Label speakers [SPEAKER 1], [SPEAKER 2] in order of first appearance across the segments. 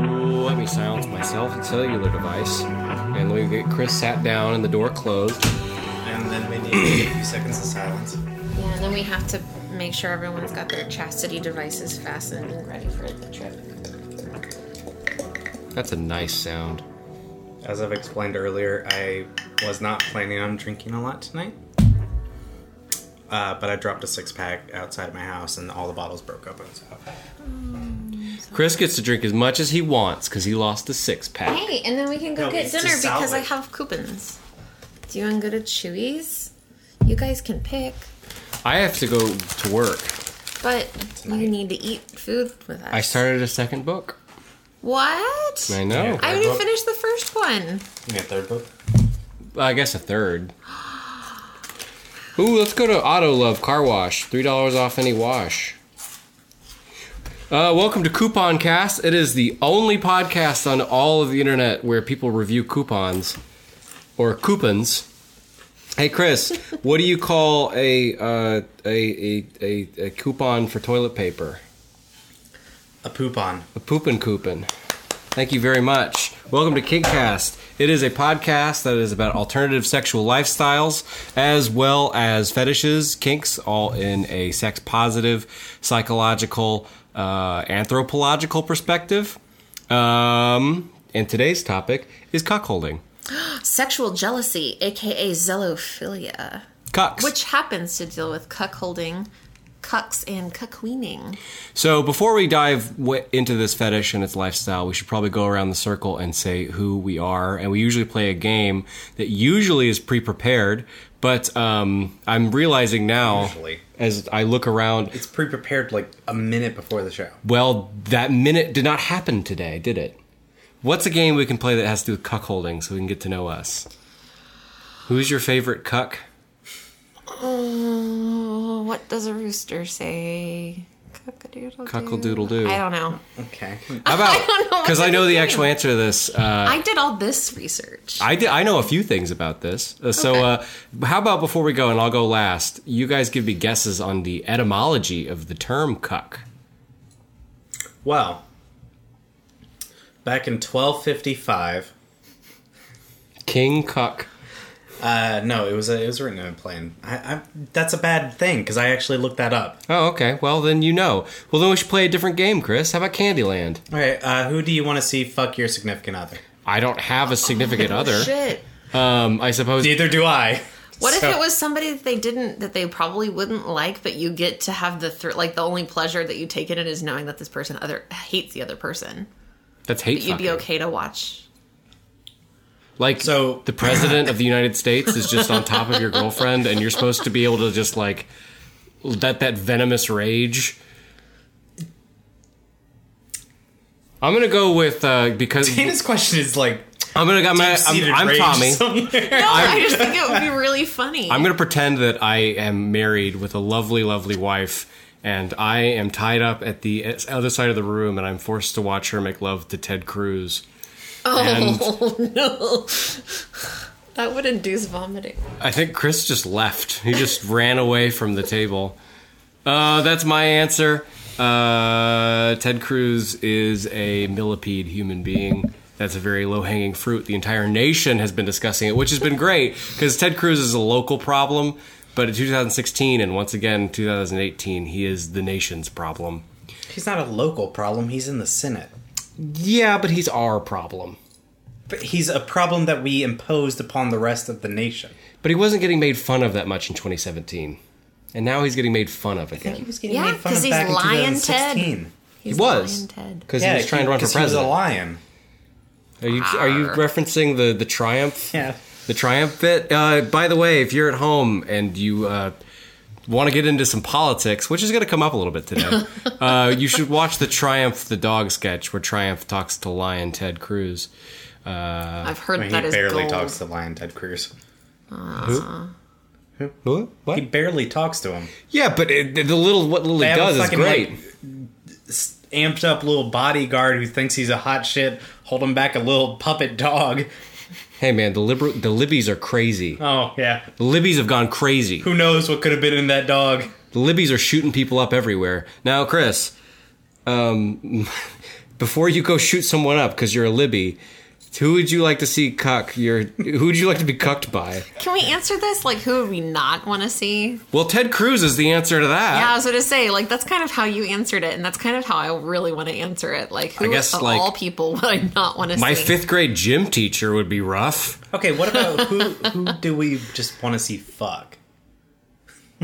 [SPEAKER 1] to silence myself and cellular device. And we get Chris sat down and the door closed.
[SPEAKER 2] And then we need a few seconds of silence.
[SPEAKER 3] Yeah, and then we have to make sure everyone's got their chastity devices fastened and ready for the trip.
[SPEAKER 1] That's a nice sound.
[SPEAKER 2] As I've explained earlier, I was not planning on drinking a lot tonight. Uh, but I dropped a six pack outside my house and all the bottles broke open. So
[SPEAKER 1] Chris gets to drink as much as he wants because he lost the six pack.
[SPEAKER 3] Hey, and then we can go
[SPEAKER 2] No,
[SPEAKER 3] get
[SPEAKER 2] it's to
[SPEAKER 3] dinner because I
[SPEAKER 2] salvage.
[SPEAKER 3] have coupons. Do you want to go to Chewy's? You guys can pick,
[SPEAKER 1] I have to go to work.
[SPEAKER 3] but you
[SPEAKER 2] Tonight.
[SPEAKER 3] need to eat food with us.
[SPEAKER 1] I started a second book.
[SPEAKER 3] What?
[SPEAKER 1] I know.
[SPEAKER 3] I already finished the first one.
[SPEAKER 2] you get third book.
[SPEAKER 1] I guess a third. Ooh, let's go to Auto Love Car Wash. Three dollars off any wash. Uh, welcome to Coupon Cast. It is the only podcast on all of the internet where people review coupons or coupons. Hey Chris, what do you call a uh, a, a, a a coupon for toilet paper?
[SPEAKER 2] A poop on.
[SPEAKER 1] A poopin' coupon. Thank you very much. Welcome to Kidcast. It is a podcast that is about alternative sexual lifestyles as well as fetishes, kinks, all in a sex positive, psychological, uh, anthropological perspective. Um, and today's topic is cuckolding.
[SPEAKER 3] Sexual jealousy, aka zelophilia,
[SPEAKER 1] Cucks.
[SPEAKER 3] which happens to deal with cuckolding, cucks, and cuckweening.
[SPEAKER 1] So before we dive w- into this fetish and its lifestyle, we should probably go around the circle and say who we are. And we usually play a game that usually is pre-prepared, but um, I'm realizing now
[SPEAKER 2] Usually.
[SPEAKER 1] as I look around,
[SPEAKER 2] It's pre prepared like a minute before the show.
[SPEAKER 1] well, that minute did not happen today, did it? What's a game we can play that has to do with cuckolding so we can get to know us? Who's your favorite cuck?
[SPEAKER 3] Oh, what does a rooster say? Cuckadoodle.
[SPEAKER 1] Cuckledoodle-doo.
[SPEAKER 3] I don't know.
[SPEAKER 1] Uh,
[SPEAKER 2] Okay.
[SPEAKER 1] How
[SPEAKER 3] I don't know
[SPEAKER 1] about
[SPEAKER 3] what
[SPEAKER 1] because I
[SPEAKER 3] to
[SPEAKER 1] know the
[SPEAKER 3] do.
[SPEAKER 1] actual answer to this. Uh,
[SPEAKER 3] I did all this research.
[SPEAKER 1] I, did, I know a few things about this. Uh, So, uh, how about before we go, and I'll go last, you guys give me guesses on the etymology of the term cuck.
[SPEAKER 2] Well, back in 1255,
[SPEAKER 1] King cuck.
[SPEAKER 2] uh, no, it was a, it was written in a plane. I, I, that's a bad thing because I actually looked that up.
[SPEAKER 1] Oh, okay. Well, then you know. Well, then we should play a different game, Chris. How about Candyland?
[SPEAKER 2] All right, uh, who do you want to see fuck your significant other?
[SPEAKER 1] I don't have a significant other.
[SPEAKER 3] Oh, Shit.
[SPEAKER 1] Um, I suppose.
[SPEAKER 2] Neither do I.
[SPEAKER 3] What
[SPEAKER 2] So-
[SPEAKER 3] if it was somebody that they didn't, that they probably wouldn't like, but you get to have the thr like the only pleasure that you take in it is knowing that this person other hates the other person.
[SPEAKER 1] that's hate.
[SPEAKER 3] But you'd be
[SPEAKER 1] fucking.
[SPEAKER 3] okay to watch.
[SPEAKER 1] Like,
[SPEAKER 2] So-
[SPEAKER 1] the president of the United States is just on top of your girlfriend, and you're supposed to be able to just like let that venomous rage. I'm gonna go with uh, because
[SPEAKER 2] Dana's question is like,
[SPEAKER 1] I'm gonna. Uh, I'm, gonna,
[SPEAKER 2] seated
[SPEAKER 1] I'm, I'm
[SPEAKER 2] rage
[SPEAKER 1] Tommy.
[SPEAKER 2] somewhere.
[SPEAKER 3] No, i just think it would be really funny.
[SPEAKER 1] I'm gonna pretend that I am married with a lovely, lovely wife, and I am tied up at the other side of the room, and I'm forced to watch her make love to Ted Cruz. And
[SPEAKER 3] no. That would induce vomiting.
[SPEAKER 1] I think Chris just left. He just ran away from the table. Uh, that's my answer. Uh, Ted Cruz is a millipede human being. That's a very low hanging fruit. The entire nation has been discussing it, which has been great because Ted Cruz is a local problem. But in 2016 and once again in 2018, he is the nation's problem.
[SPEAKER 2] He's not a local problem. He's in the Senate.
[SPEAKER 1] Yeah, but he's our problem.
[SPEAKER 2] But he's a problem that we imposed upon the rest of the nation.
[SPEAKER 1] But he wasn't getting made fun of that much in 2017. And now he's getting made fun of again.
[SPEAKER 2] He was getting
[SPEAKER 3] Yeah,
[SPEAKER 2] made fun
[SPEAKER 3] 'cause
[SPEAKER 2] of
[SPEAKER 3] he's
[SPEAKER 2] back
[SPEAKER 3] lying,
[SPEAKER 2] in 2016.
[SPEAKER 1] He
[SPEAKER 3] He's
[SPEAKER 1] was.
[SPEAKER 3] Lion Ted.
[SPEAKER 1] Because
[SPEAKER 2] Yeah,
[SPEAKER 1] he was trying to run for
[SPEAKER 2] 'cause he was
[SPEAKER 1] president.
[SPEAKER 2] a lion.
[SPEAKER 1] Are you are you referencing the the triumph?
[SPEAKER 2] Yeah.
[SPEAKER 1] The triumph bit. Uh, by the way, if you're at home and you uh, want to get into some politics, which is going to come up a little bit today, uh, you should watch the Triumph the dog sketch where Triumph talks to Lion Ted Cruz.
[SPEAKER 3] I've heard
[SPEAKER 2] I mean,
[SPEAKER 3] that
[SPEAKER 2] he
[SPEAKER 3] is
[SPEAKER 2] barely
[SPEAKER 3] gold.
[SPEAKER 2] talks to Lion Ted Cruz.
[SPEAKER 1] Who?
[SPEAKER 2] He
[SPEAKER 1] What?
[SPEAKER 2] barely talks to him.
[SPEAKER 1] Yeah, but it, the little what little he
[SPEAKER 2] They have a
[SPEAKER 1] does is
[SPEAKER 2] fucking,
[SPEAKER 1] great.
[SPEAKER 2] like, s- amped up little bodyguard who thinks he's a hot shit, holding back a little puppet dog.
[SPEAKER 1] hey man, the liber- the Libbies are crazy.
[SPEAKER 2] Oh, yeah.
[SPEAKER 1] The Libbies have gone crazy.
[SPEAKER 2] Who knows what could have been in that dog?
[SPEAKER 1] The Libbies are shooting people up everywhere. Now, Chris, um, before you go shoot someone up because you're a Libby, who would you like to see cuck? Your who would you like to be cucked by?
[SPEAKER 3] Can we answer this? Like, who would we not want to see?
[SPEAKER 1] Well, Ted Cruz is the answer to that.
[SPEAKER 3] Yeah, I was going to say, like, that's kind of how you answered it, and that's kind of how I really want to answer it. Like, who
[SPEAKER 1] guess,
[SPEAKER 3] of
[SPEAKER 1] like,
[SPEAKER 3] all people would I not want to
[SPEAKER 1] My
[SPEAKER 3] see?
[SPEAKER 1] fifth grade gym teacher would be rough.
[SPEAKER 2] Okay, what about who? Who do we just want to see fuck?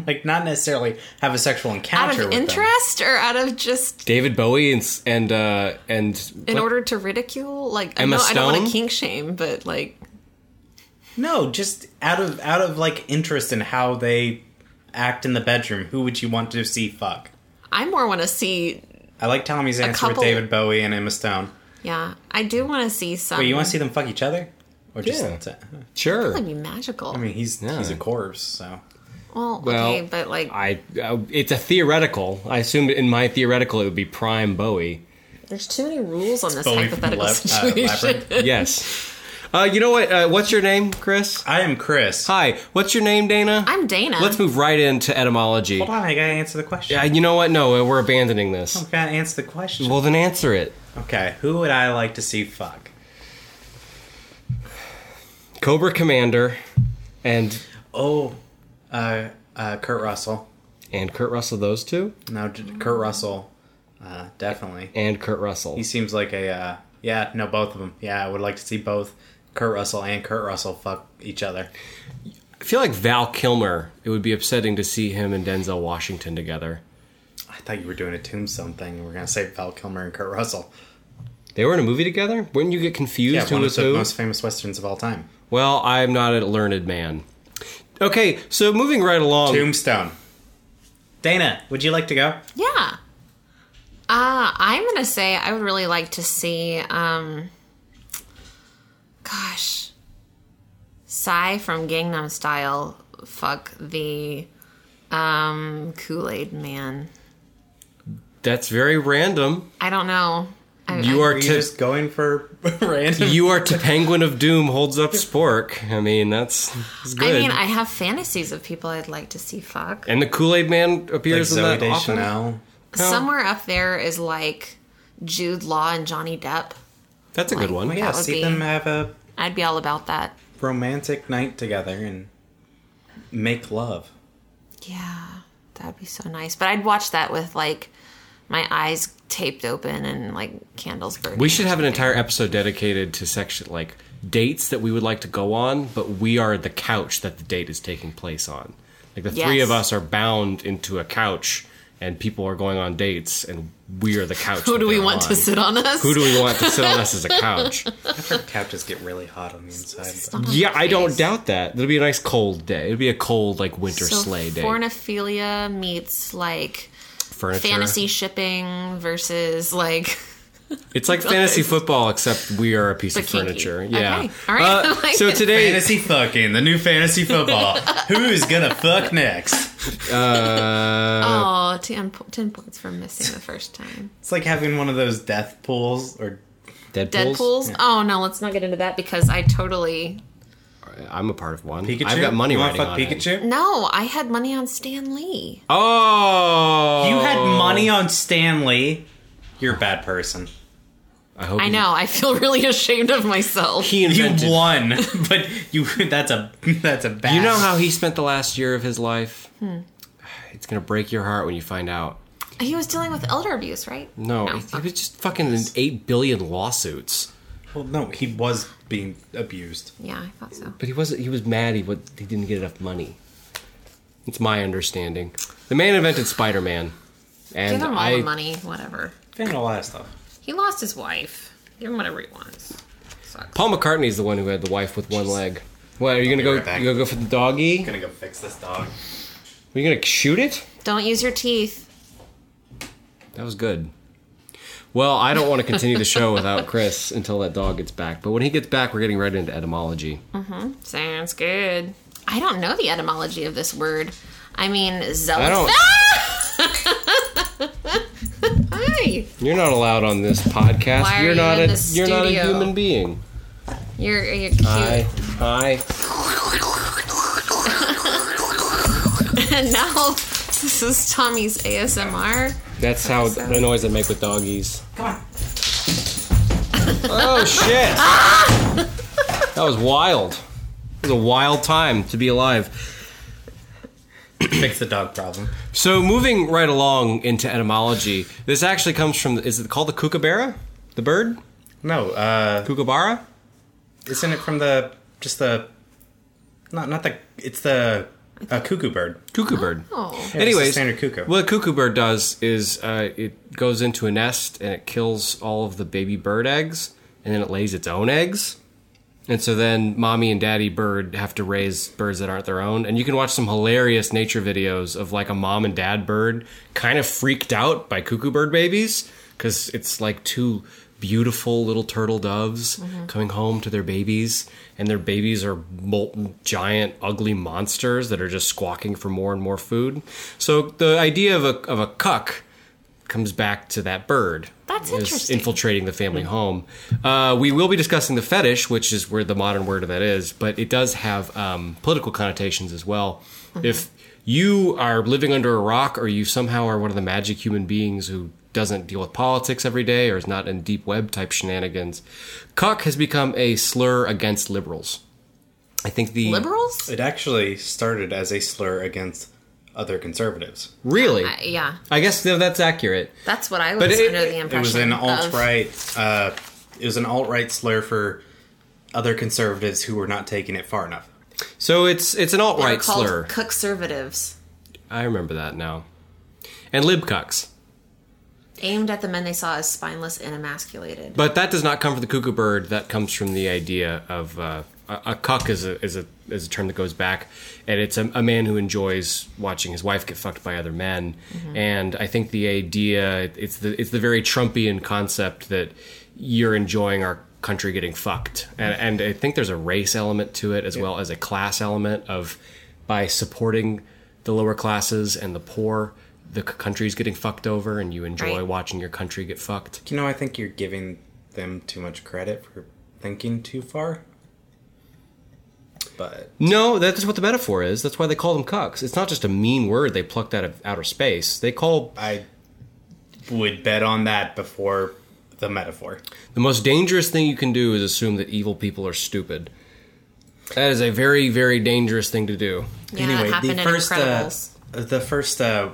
[SPEAKER 2] Like, not necessarily have a sexual
[SPEAKER 3] out
[SPEAKER 2] encounter.
[SPEAKER 3] of
[SPEAKER 2] with them.
[SPEAKER 3] interest or out of just
[SPEAKER 1] David Bowie and s- and uh, and
[SPEAKER 3] in order to ridicule? Like, I
[SPEAKER 1] Emma
[SPEAKER 3] know I don't want
[SPEAKER 1] Stone?
[SPEAKER 3] to kink shame, but like,
[SPEAKER 2] No, just out of out of like interest in how they act in the bedroom. Who would you want to see fuck?
[SPEAKER 3] I more want to see.
[SPEAKER 2] I like Tommy's answer with
[SPEAKER 3] couple-
[SPEAKER 2] David Bowie and Emma Stone.
[SPEAKER 3] Yeah, I do want to see some.
[SPEAKER 2] Wait, you want to see them fuck each other, or just?
[SPEAKER 1] Yeah.
[SPEAKER 2] to-
[SPEAKER 1] sure.
[SPEAKER 3] That'd be magical.
[SPEAKER 2] I mean, he's
[SPEAKER 1] Yeah.
[SPEAKER 2] he's a corpse, so
[SPEAKER 3] well,
[SPEAKER 1] well,
[SPEAKER 3] okay, but like,
[SPEAKER 1] I, I it's a theoretical. I assumed in my theoretical it would be prime Bowie.
[SPEAKER 3] there's too many rules on this
[SPEAKER 2] Bowie from
[SPEAKER 3] hypothetical
[SPEAKER 2] Lab- uh,
[SPEAKER 3] situation.
[SPEAKER 2] Labyrinth.
[SPEAKER 1] Yes. Uh, you know what? Uh, what's your name, Chris?
[SPEAKER 3] Uh,
[SPEAKER 2] I am Chris.
[SPEAKER 1] Hi. What's your name, Dana?
[SPEAKER 3] I'm Dana.
[SPEAKER 1] Let's move right into etymology.
[SPEAKER 2] Hold on, I gotta answer the question.
[SPEAKER 1] Uh, you know what? No, we're abandoning this.
[SPEAKER 2] I gotta answer the question.
[SPEAKER 1] Well, then answer it.
[SPEAKER 2] okay, who would I like to see fuck?
[SPEAKER 1] Cobra Commander and
[SPEAKER 2] Oh, uh, uh, Kurt Russell.
[SPEAKER 1] and Kurt Russell. Those two
[SPEAKER 2] No, j- Kurt Russell, uh, definitely.
[SPEAKER 1] and Kurt Russell.
[SPEAKER 2] He seems like a uh, yeah. No, both of them. Yeah, I would like to see both Kurt Russell and Kurt Russell fuck each other.
[SPEAKER 1] I feel like Val Kilmer. It would be upsetting to see him and Denzel Washington together.
[SPEAKER 2] I thought you were doing a tombstone thing. and We're gonna say Val Kilmer and Kurt Russell.
[SPEAKER 1] They were in a movie together. Wouldn't you get confused?
[SPEAKER 2] Yeah,
[SPEAKER 1] who
[SPEAKER 2] one of
[SPEAKER 1] was
[SPEAKER 2] the
[SPEAKER 1] who?
[SPEAKER 2] most famous westerns of all time.
[SPEAKER 1] Well, I'm not a learned man. Okay, so moving right along.
[SPEAKER 2] Tombstone. Dana, would you like to go?
[SPEAKER 3] Yeah. Uh, I'm gonna say I would really like to see um gosh. Psy from Gangnam Style fuck the um Kool-Aid man.
[SPEAKER 1] That's very random.
[SPEAKER 3] I don't know. I,
[SPEAKER 1] You
[SPEAKER 3] I-
[SPEAKER 1] are
[SPEAKER 2] Are you
[SPEAKER 1] to
[SPEAKER 2] just going for random?
[SPEAKER 1] you are to Penguin of Doom holds up Spork. I mean, that's, that's
[SPEAKER 3] I
[SPEAKER 1] good.
[SPEAKER 3] mean, I have fantasies of people I'd like to see fuck.
[SPEAKER 1] and the Kool Aid Man
[SPEAKER 2] like
[SPEAKER 1] appears in
[SPEAKER 2] Zoe
[SPEAKER 1] that often.
[SPEAKER 2] Deschanel.
[SPEAKER 3] Somewhere up there is like Jude Law and Johnny Depp.
[SPEAKER 1] That's a good one.
[SPEAKER 2] Yeah,
[SPEAKER 3] would
[SPEAKER 2] see
[SPEAKER 3] be-
[SPEAKER 2] them have a
[SPEAKER 3] I'd be all about that.
[SPEAKER 2] romantic night together and make love.
[SPEAKER 3] Yeah, that'd be so nice. But I'd watch that with like my eyes taped open and like candles burning.
[SPEAKER 1] We should have an entire episode dedicated to section like dates that we would like to go on, but we are the couch that the date is taking place on. Like the three
[SPEAKER 3] Yes.
[SPEAKER 1] of us are bound into a couch, and people are going on dates, and we are the couch.
[SPEAKER 3] Who
[SPEAKER 1] that
[SPEAKER 3] do we
[SPEAKER 1] they're
[SPEAKER 3] want to
[SPEAKER 1] on.
[SPEAKER 3] sit on us?
[SPEAKER 1] Who do we want to sit on us as a couch?
[SPEAKER 2] Couches get really hot on the inside.
[SPEAKER 3] Stop
[SPEAKER 1] Yeah, I don't
[SPEAKER 3] face.
[SPEAKER 1] doubt that. It'll be a nice cold day. It'll be a cold like winter
[SPEAKER 3] So
[SPEAKER 1] sleigh day.
[SPEAKER 3] Pornophilia meets like
[SPEAKER 1] Furniture.
[SPEAKER 3] fantasy shipping versus like
[SPEAKER 1] It's like fantasy football, except we are a piece of
[SPEAKER 3] Bikini.
[SPEAKER 1] furniture. Yeah.
[SPEAKER 3] Okay. All right.
[SPEAKER 1] Uh,
[SPEAKER 3] Like-
[SPEAKER 1] so today,
[SPEAKER 2] Fantasy fucking, the new fantasy football. Who's gonna fuck next?
[SPEAKER 1] Uh,
[SPEAKER 3] oh, 10, po- 10 points for missing the first time.
[SPEAKER 2] It's like having one of those death pools or
[SPEAKER 1] Deadpool's.
[SPEAKER 3] Deadpool's? Oh no, let's not get into that because I totally
[SPEAKER 1] Uh, I'm a part of one.
[SPEAKER 2] Pikachu.
[SPEAKER 1] I've got money
[SPEAKER 2] you
[SPEAKER 1] right
[SPEAKER 2] wanna
[SPEAKER 1] riding
[SPEAKER 2] fuck
[SPEAKER 1] on it.
[SPEAKER 2] Pikachu?
[SPEAKER 3] no. I had money on Stan Lee.
[SPEAKER 1] Oh,
[SPEAKER 2] You had money on Stanley. You're a bad person.
[SPEAKER 1] I hope
[SPEAKER 3] I
[SPEAKER 1] you-
[SPEAKER 3] know. I feel really ashamed of myself.
[SPEAKER 1] he
[SPEAKER 2] You
[SPEAKER 1] invented. You,
[SPEAKER 2] won, but you that's a that's a bad.
[SPEAKER 1] know how he spent the last year of his life. It's gonna break your heart when you find out.
[SPEAKER 3] He was dealing with elder abuse, right?
[SPEAKER 1] No,
[SPEAKER 3] No.
[SPEAKER 1] he, he was just fucking in eight billion lawsuits.
[SPEAKER 2] Well, no, he was being abused.
[SPEAKER 3] Yeah, I thought so.
[SPEAKER 1] But he wasn't. He was mad. He was, he didn't get enough money. It's my understanding. The man invented Spider-Man, and
[SPEAKER 3] Give him all
[SPEAKER 1] I
[SPEAKER 3] the money, whatever.
[SPEAKER 2] Fan a lot of stuff.
[SPEAKER 3] He lost his wife. Give him whatever he wants. Sucks.
[SPEAKER 1] Paul McCartney is the one who had the wife with one leg. What are you gonna
[SPEAKER 2] be
[SPEAKER 1] go?
[SPEAKER 2] right back.
[SPEAKER 1] you gonna go for the doggy?
[SPEAKER 2] gonna go fix this dog.
[SPEAKER 1] Are you gonna shoot it?
[SPEAKER 3] Don't use your teeth.
[SPEAKER 1] That was good. Well, I don't want to continue the show without Chris until that dog gets back. But when he gets back, we're getting right into etymology.
[SPEAKER 3] Oh, Sounds good. I don't know the etymology of this word. I mean,
[SPEAKER 1] I
[SPEAKER 3] zealous.
[SPEAKER 1] don't.
[SPEAKER 3] Hi.
[SPEAKER 1] You're not allowed on this podcast.
[SPEAKER 3] Why are
[SPEAKER 1] you're
[SPEAKER 3] you
[SPEAKER 1] not
[SPEAKER 3] in
[SPEAKER 1] a.
[SPEAKER 3] the
[SPEAKER 1] You're not a
[SPEAKER 3] studio?
[SPEAKER 1] human being.
[SPEAKER 3] You're you're cute.
[SPEAKER 1] Hi, hi.
[SPEAKER 3] and now this is Tommy's ASMR.
[SPEAKER 1] That's how the noise I make with doggies.
[SPEAKER 2] Come on.
[SPEAKER 1] Oh shit! that was wild. It was a wild time to be alive.
[SPEAKER 2] Fix the dog problem.
[SPEAKER 1] So moving right along into etymology, this actually comes from. Is it called the kookaburra? The bird
[SPEAKER 2] No, uh,
[SPEAKER 1] kookaburra?
[SPEAKER 2] isn't it from the just the not not the it's the uh, cuckoo bird.
[SPEAKER 1] Cuckoo bird.
[SPEAKER 3] Oh.
[SPEAKER 2] it's
[SPEAKER 1] Anyways,
[SPEAKER 2] a standard cuckoo.
[SPEAKER 1] What a cuckoo bird does is uh, it goes into a nest and it kills all of the baby bird eggs, and then it lays its own eggs. And so then mommy and daddy bird have to raise birds that aren't their own. And you can watch some hilarious nature videos of like a mom and dad bird kind of freaked out by cuckoo bird babies because it's like two beautiful little turtle doves coming home to their babies. And their babies are molten, giant, ugly monsters that are just squawking for more and more food. So the idea of a, of a cuck comes back to that bird.
[SPEAKER 3] That's
[SPEAKER 1] is
[SPEAKER 3] interesting.
[SPEAKER 1] Infiltrating the family home. Uh, we will be discussing the fetish, which is where the modern word of that is, but it does have um, political connotations as well.
[SPEAKER 3] Mm-hmm.
[SPEAKER 1] If you are living under a rock, or you somehow are one of the magic human beings who doesn't deal with politics every day, or is not in deep web type shenanigans, cuck has become a slur against liberals. I think the
[SPEAKER 3] Liberals?
[SPEAKER 2] It actually started as a slur against other conservatives.
[SPEAKER 1] really,
[SPEAKER 3] I- Uh, yeah.
[SPEAKER 1] I guess no, that's accurate.
[SPEAKER 3] That's what I was
[SPEAKER 1] But it-
[SPEAKER 3] under the
[SPEAKER 2] It
[SPEAKER 3] impression.
[SPEAKER 2] was an alt
[SPEAKER 3] of.
[SPEAKER 2] right. Uh, it was an alt right slur for other conservatives who were not taking it far enough.
[SPEAKER 1] So it's it's an alt
[SPEAKER 3] They're
[SPEAKER 1] right
[SPEAKER 3] called
[SPEAKER 1] slur.
[SPEAKER 3] Conservatives,
[SPEAKER 1] I remember that now. And libcucks.
[SPEAKER 3] aimed at the men they saw as spineless and emasculated.
[SPEAKER 1] But that does not come from the cuckoo bird. That comes from the idea of uh, a, a cuck is a, is a is a term that goes back, and it's a, a man who enjoys watching his wife get fucked by other men. And I think the idea it's the it's the very Trumpian concept that you're enjoying our country getting fucked, and, and I think there's a race element to it as well as a class element of by supporting the lower classes and the poor. The c- country's getting fucked over, and you enjoy
[SPEAKER 3] Right.
[SPEAKER 1] watching your country get fucked.
[SPEAKER 2] You know, I think you're giving them too much credit for thinking too far. But
[SPEAKER 1] No, that's what the metaphor is. That's why they call them cucks. It's not just a mean word they plucked out of outer space. They call
[SPEAKER 2] I would bet on that before the metaphor.
[SPEAKER 1] the most dangerous thing you can do is assume that evil people are stupid. That is a very, very dangerous thing to do.
[SPEAKER 3] yeah, it happened in Incredibles.
[SPEAKER 2] Uh, the first uh,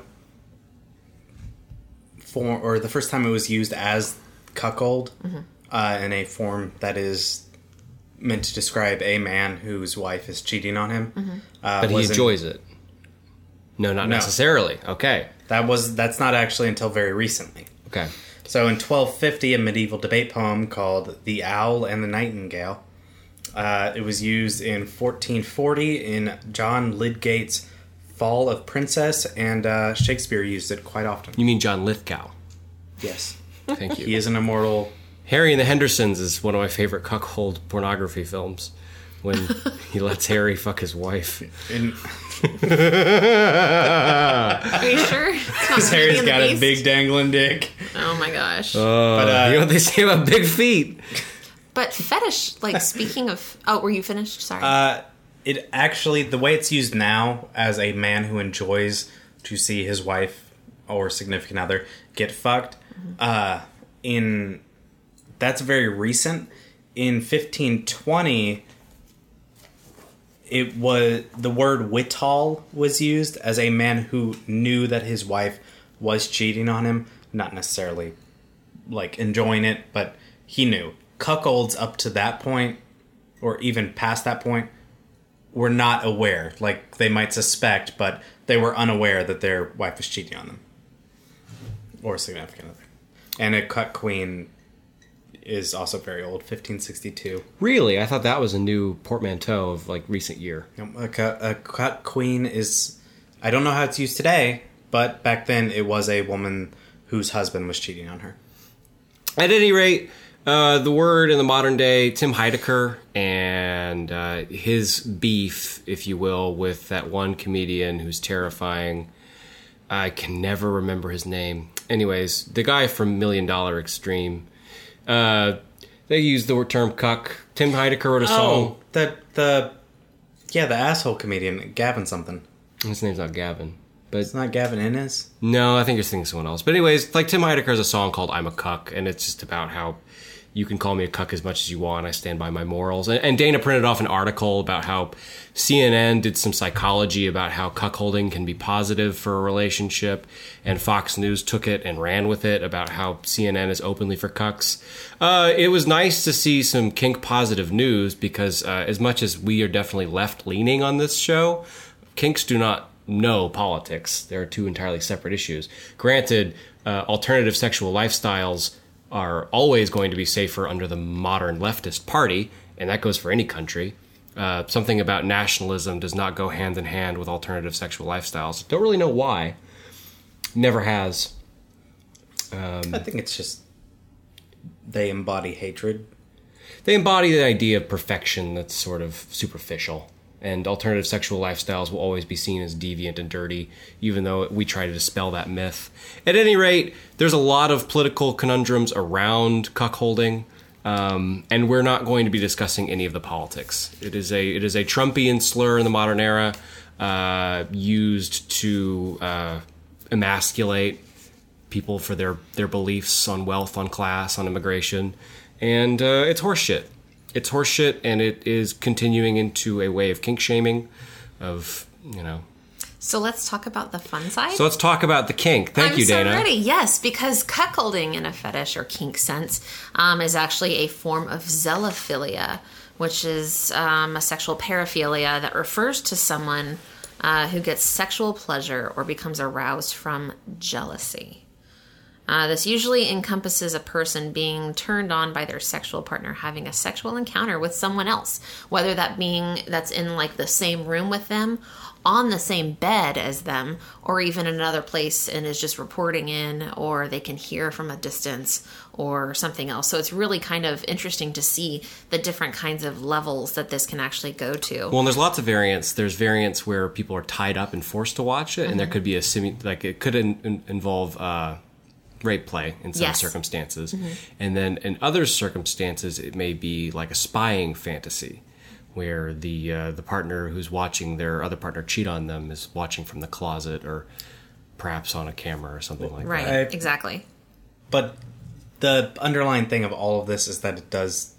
[SPEAKER 2] form, or the first time it was used as cuckold
[SPEAKER 3] Mm-hmm.
[SPEAKER 2] uh, in a form that is meant to describe a man whose wife is cheating on him.
[SPEAKER 3] Mm-hmm.
[SPEAKER 2] Uh,
[SPEAKER 1] But he
[SPEAKER 2] wasn't-
[SPEAKER 1] enjoys it. No, not
[SPEAKER 2] No.
[SPEAKER 1] necessarily. Okay.
[SPEAKER 2] that was that's not actually until very recently.
[SPEAKER 1] Okay.
[SPEAKER 2] So in 1250, a medieval debate poem called "The Owl and the Nightingale." Uh, it was used in 1440 in John Lydgate's "Fall of Princess," and uh, Shakespeare used it quite often.
[SPEAKER 1] You mean John Lithgow.
[SPEAKER 2] Yes,
[SPEAKER 1] Thank
[SPEAKER 2] he
[SPEAKER 1] you.
[SPEAKER 2] is an immortal.
[SPEAKER 1] Harry and the Hendersons is one of my favorite cuckold pornography films. When he lets Harry fuck his wife.
[SPEAKER 2] And
[SPEAKER 3] Are you sure? It's not Beauty
[SPEAKER 2] Harry's
[SPEAKER 3] and the
[SPEAKER 2] got a
[SPEAKER 3] Beast?
[SPEAKER 2] big dangling dick.
[SPEAKER 3] Oh my gosh.
[SPEAKER 2] But
[SPEAKER 1] You know
[SPEAKER 2] uh,
[SPEAKER 1] what they say about big feet?
[SPEAKER 3] but fetish, like speaking of. Oh, were you finished? Sorry.
[SPEAKER 2] uh, it actually the way it's used now as a man who enjoys to see his wife or significant other get fucked. Uh, in that's very recent. In 1520, it was the word "wittall" was used as a man who knew that his wife was cheating on him, not necessarily like enjoying it, but he knew cuckolds up to that point, or even past that point, were not aware. Like they might suspect, but they were unaware that their wife was cheating on them, or significant other. And a cut queen is also very old, 1562.
[SPEAKER 1] Really? I thought that was a new portmanteau of like recent year.
[SPEAKER 2] Um, A cut, a cut queen is, I don't know how it's used today, but back then it was a woman whose husband was cheating on her.
[SPEAKER 1] At any rate, uh, the word in the modern day, Tim Heidecker and uh, his beef, if you will, with that one comedian who's terrifying. I can never remember his name. Anyways, the guy from Million Dollar Extreme. Uh, they use the word term cuck. Tim Heidecker wrote a song.
[SPEAKER 2] the the, yeah, the asshole comedian Gavin something.
[SPEAKER 1] His name's not Gavin. But
[SPEAKER 2] It's not Gavin Innes.
[SPEAKER 1] No, I think you're thinking of someone else. But anyways, like Tim Heidecker has a song called "I'm a Cuck," and it's just about how you can call me a cuck as much as you want. I stand by my morals. And, and Dana printed off an article about how CNN did some psychology about how cuckolding can be positive for a relationship, and Fox News took it and ran with it about how CNN is openly for cucks. Uh, it was nice to see some kink positive news because uh, as much as we are definitely left leaning on this show, kinks do not know politics. There are two entirely separate issues. Granted, uh, alternative sexual lifestyles are always going to be safer under the modern leftist party, and that goes for any country. Uh, something about nationalism does not go hand in hand with alternative sexual lifestyles. Don't really know why. Never has.
[SPEAKER 2] I think it's just they embody hatred.
[SPEAKER 1] they embody the idea of perfection that's sort of superficial. And alternative sexual lifestyles will always be seen as deviant and dirty, even though we try to dispel that myth. At any rate, there's a lot of political conundrums around cuckolding, um, and we're not going to be discussing any of the politics. It is a it is a Trumpian slur in the modern era, uh, used to uh, emasculate people for their their beliefs on wealth, on class, on immigration, and uh, it's horseshit. It's horseshit, and it is continuing into a way of kink shaming, of you know.
[SPEAKER 3] So let's talk about the fun side.
[SPEAKER 1] So let's talk about the kink. Thank
[SPEAKER 3] I'm
[SPEAKER 1] you,
[SPEAKER 3] so
[SPEAKER 1] Dana.
[SPEAKER 3] ready. Yes, because cuckolding in a fetish or kink sense um, is actually a form of xelophilia, which is um, a sexual paraphilia that refers to someone uh, who gets sexual pleasure or becomes aroused from jealousy. Uh, this usually encompasses a person being turned on by their sexual partner having a sexual encounter with someone else, whether that being that's in like the same room with them, on the same bed as them, or even in another place and is just reporting in, or they can hear from a distance or something else. So it's really kind of interesting to see the different kinds of levels that this can actually go to.
[SPEAKER 1] Well, and there's lots of variants. There's variants where people are tied up and forced to watch it, and there
[SPEAKER 3] Mm-hmm.
[SPEAKER 1] could be a simu- like it could in- in- involve uh, rape play in some
[SPEAKER 3] Yes. Mm-hmm.
[SPEAKER 1] circumstances, and then in other circumstances it may be like a spying fantasy, where the uh, the partner who's watching their other partner cheat on them is watching from the closet or perhaps on a camera or something like
[SPEAKER 3] right,
[SPEAKER 1] that.
[SPEAKER 2] I-
[SPEAKER 3] exactly.
[SPEAKER 2] But the underlying thing of all of this is that it does,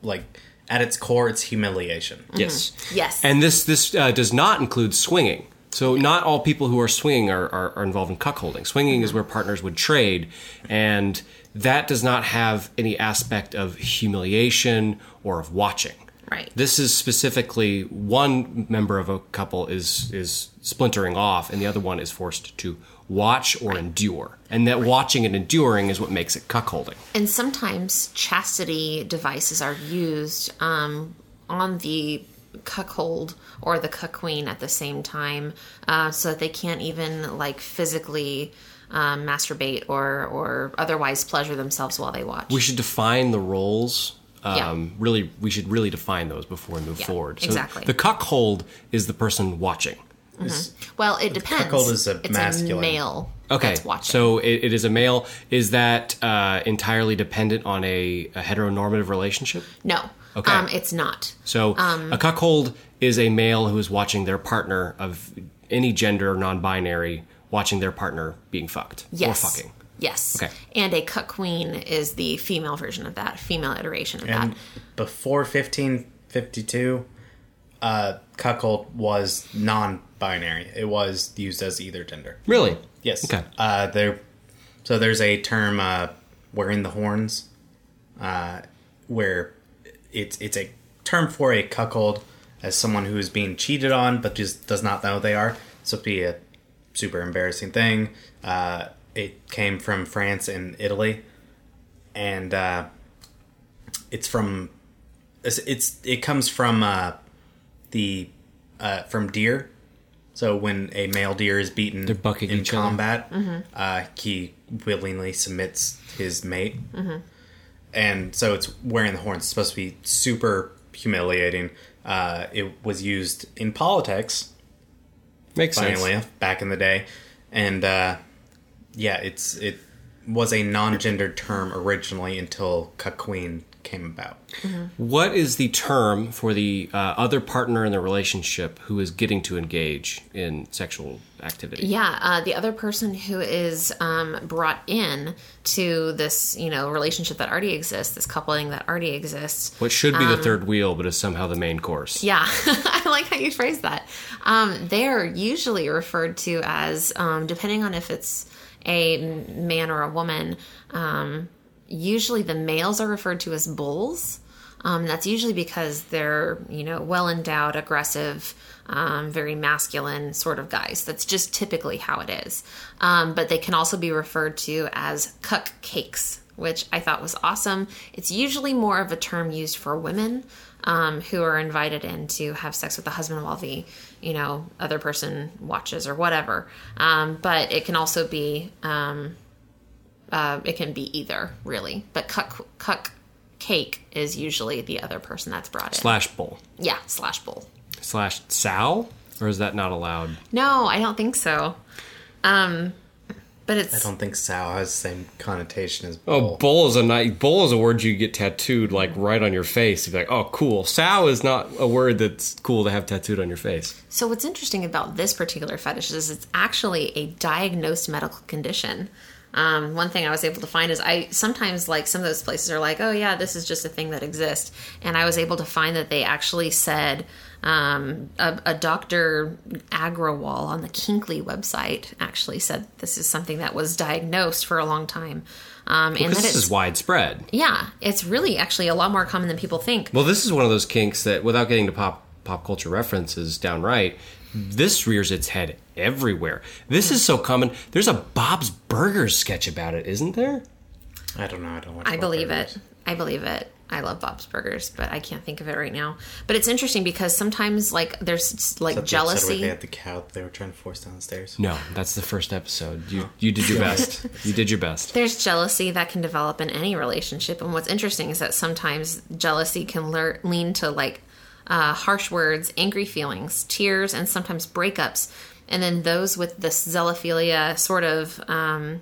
[SPEAKER 2] like, at its core, it's humiliation.
[SPEAKER 1] Yes.
[SPEAKER 3] Yes.
[SPEAKER 1] And this this uh, does not include swinging. So not all people who are swinging are, are, are involved in cuckolding. Swinging is where partners would trade, and that does not have any aspect of humiliation or of watching.
[SPEAKER 3] Right.
[SPEAKER 1] This is specifically one member of a couple is is splintering off, and the other one is forced to watch or endure. And that watching and enduring is what makes it cuckolding.
[SPEAKER 3] and sometimes chastity devices are used um, on the cuckold or the cuck queen at the same time, uh, so that they can't even like physically um, masturbate or or otherwise pleasure themselves while they watch.
[SPEAKER 1] we should define the roles.
[SPEAKER 3] Yeah.
[SPEAKER 1] Um, Really, we should really define those before we move
[SPEAKER 3] Yeah,
[SPEAKER 1] forward.
[SPEAKER 3] exactly.
[SPEAKER 1] The cuckold is the person watching.
[SPEAKER 3] well, it depends.
[SPEAKER 2] cuckold is a
[SPEAKER 3] it's
[SPEAKER 2] masculine.
[SPEAKER 3] male.
[SPEAKER 1] Okay.
[SPEAKER 3] that's watching.
[SPEAKER 1] So it, it is a male. Is that uh, entirely dependent on a, a heteronormative relationship?
[SPEAKER 3] no,
[SPEAKER 1] Okay.
[SPEAKER 3] um, it's not.
[SPEAKER 1] So
[SPEAKER 3] Um,
[SPEAKER 1] a cuckold is a male who is watching their partner of any gender, non-binary, watching their partner being fucked
[SPEAKER 3] Yes.
[SPEAKER 1] or fucking.
[SPEAKER 3] Yes.
[SPEAKER 1] Okay.
[SPEAKER 3] And a cuck queen is the female version of that, female iteration of
[SPEAKER 2] And
[SPEAKER 3] that.
[SPEAKER 2] before 1552, uh, cuckold was non binary, it was used as either gender.
[SPEAKER 1] Really?
[SPEAKER 2] Yes.
[SPEAKER 1] Okay.
[SPEAKER 2] Uh, there, so there's a term uh, "wearing the horns," uh, where it's it's a term for a cuckold as someone who is being cheated on but just does not know they are. So it'd be a super embarrassing thing. Uh, it came from France and Italy, and uh, it's from it's, it's it comes from uh, the uh, from deer. So when a male deer is beaten
[SPEAKER 1] bucking
[SPEAKER 2] in
[SPEAKER 1] each other.
[SPEAKER 2] combat, uh, he willingly submits his mate, and so it's wearing the horns. It's supposed to be super humiliating. Uh, it was used in politics,
[SPEAKER 1] Makes
[SPEAKER 2] funnily
[SPEAKER 1] sense.
[SPEAKER 2] enough, back in the day, and uh, yeah, it's it was a non-gendered term originally until cuckoon came about.
[SPEAKER 1] What is the term for the uh, other partner in the relationship who is getting to engage in sexual activity?
[SPEAKER 3] Yeah, uh, the other person who is um, brought in to this, you know, relationship that already exists, this coupling that already exists.
[SPEAKER 1] What should be the third wheel, but is somehow the main course.
[SPEAKER 3] um, Yeah, I like how you phrase that. Um, they are usually referred to as, um, depending on if it's a m- man or a woman, um, usually the males are referred to as bulls. Um, that's usually because they're, you know, well endowed, aggressive, um, very masculine sort of guys. That's just typically how it is. Um, but they can also be referred to as cuck cakes, which I thought was awesome. It's usually more of a term used for women um, who are invited in to have sex with the husband while the, you know, other person watches or whatever. Um, but it can also be uh, it can be either really but cuck, cuck cake is usually the other person that's brought in
[SPEAKER 1] Slash bull.
[SPEAKER 3] yeah slash bowl
[SPEAKER 1] Slash sow? Or is that not allowed?
[SPEAKER 3] no i don't think so um but
[SPEAKER 2] I
[SPEAKER 3] it's
[SPEAKER 2] don't think sow has the same connotation as
[SPEAKER 1] Oh,
[SPEAKER 2] bull.
[SPEAKER 1] bull is a nice, bull is a word you get tattooed like right on your face. You'd be like, oh, cool. Sow is not a word that's cool to have tattooed on your face.
[SPEAKER 3] so what's interesting about this particular fetish is it's actually a diagnosed medical condition um, one thing I was able to find is I sometimes like some of those places are like, oh yeah, this is just a thing that exists, and I was able to find that they actually said um, a, a doctor Agrawal on the Kinkley website actually said this is something that was diagnosed for a long time, um, and that
[SPEAKER 1] This
[SPEAKER 3] it's
[SPEAKER 1] is widespread.
[SPEAKER 3] yeah, it's really actually a lot more common than people think.
[SPEAKER 1] Well, this is one of those kinks that, without getting to pop pop culture references downright, this rears its head everywhere. This is so common. There's a Bob's Burgers sketch about it, isn't there?
[SPEAKER 2] I don't know. I don't. Watch
[SPEAKER 3] I believe it. I believe it. I love Bob's Burgers, but I can't think of it right now. But it's interesting because sometimes like there's like
[SPEAKER 2] Jealousy. They
[SPEAKER 3] jealousy.
[SPEAKER 2] had the cow that they were trying to force down the stairs.
[SPEAKER 1] No, that's the first episode. You you did your best. You did your best.
[SPEAKER 3] There's jealousy that can develop in any relationship, and what's interesting is that sometimes jealousy can lear- lean to like uh, harsh words, angry feelings, tears, and sometimes breakups. And then those with this xylophilia sort of um,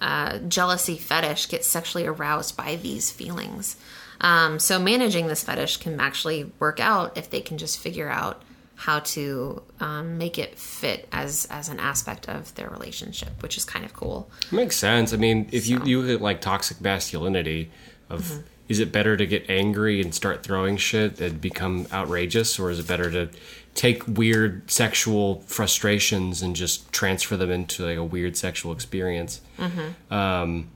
[SPEAKER 3] uh, jealousy fetish get sexually aroused by these feelings. Um, so managing this fetish can actually work out if they can just figure out how to um, make it fit as as an aspect of their relationship, which is kind of cool.
[SPEAKER 1] makes sense. I mean, if you you look at like toxic masculinity of is it better to get angry and start throwing shit and become outrageous or is it better to take weird sexual frustrations and just transfer them into like a weird sexual experience? Um,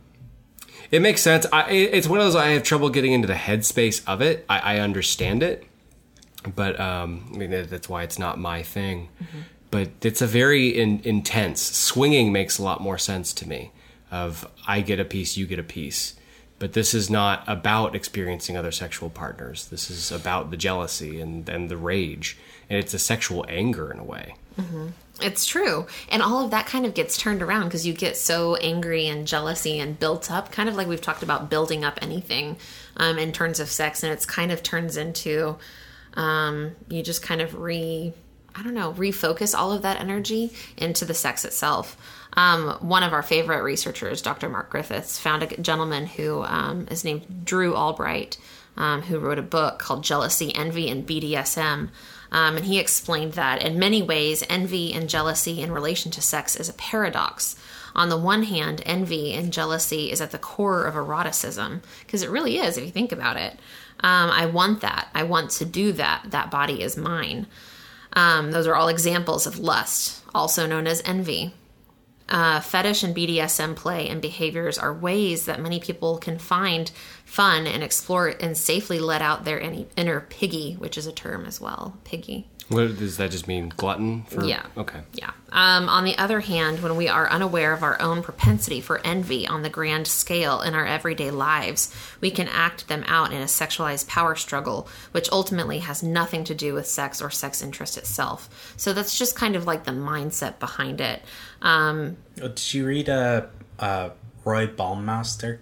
[SPEAKER 1] It makes sense. I, it- it's one of those I have trouble getting into the headspace of it. I, I understand it, but um, I mean that- that's why it's not my thing. But it's a very in, intense. Swinging makes a lot more sense to me. Of I get a piece, you get a piece. But this is not about experiencing other sexual partners. This is about the jealousy and, and the rage, and it's a sexual anger in a way.
[SPEAKER 3] It's true. And all of that kind of gets turned around because you get so angry and jealousy and built up, kind of like we've talked about building up anything um, in terms of sex. And it's kind of turns into um, you just kind of re, I don't know, refocus all of that energy into the sex itself. Um, one of our favorite researchers, Dr. Mark Griffiths, found a gentleman who um, is named Drew Albright, um, who wrote a book called Jealousy, Envy, and BDSM. Um, and he explained that in many ways, envy and jealousy in relation to sex is a paradox. On the one hand, envy and jealousy is at the core of eroticism, because it really is, if you think about it. Um, I want that. I want to do that. That body is mine. Um, those are all examples of lust, also known as envy. Uh, fetish and BDSM play and behaviors are ways that many people can find fun and explore and safely let out their any- inner piggy, which is a term as well. Piggy.
[SPEAKER 1] What does that just mean? Glutton? For,
[SPEAKER 3] Yeah.
[SPEAKER 1] Okay.
[SPEAKER 3] Yeah. Um, on the other hand, when we are unaware of our own propensity for envy on the grand scale in our everyday lives, we can act them out in a sexualized power struggle, which ultimately has nothing to do with sex or sex interest itself. So that's just kind of like the mindset behind it. Um,
[SPEAKER 2] Oh, Did you read uh, uh, Roy Baumeister?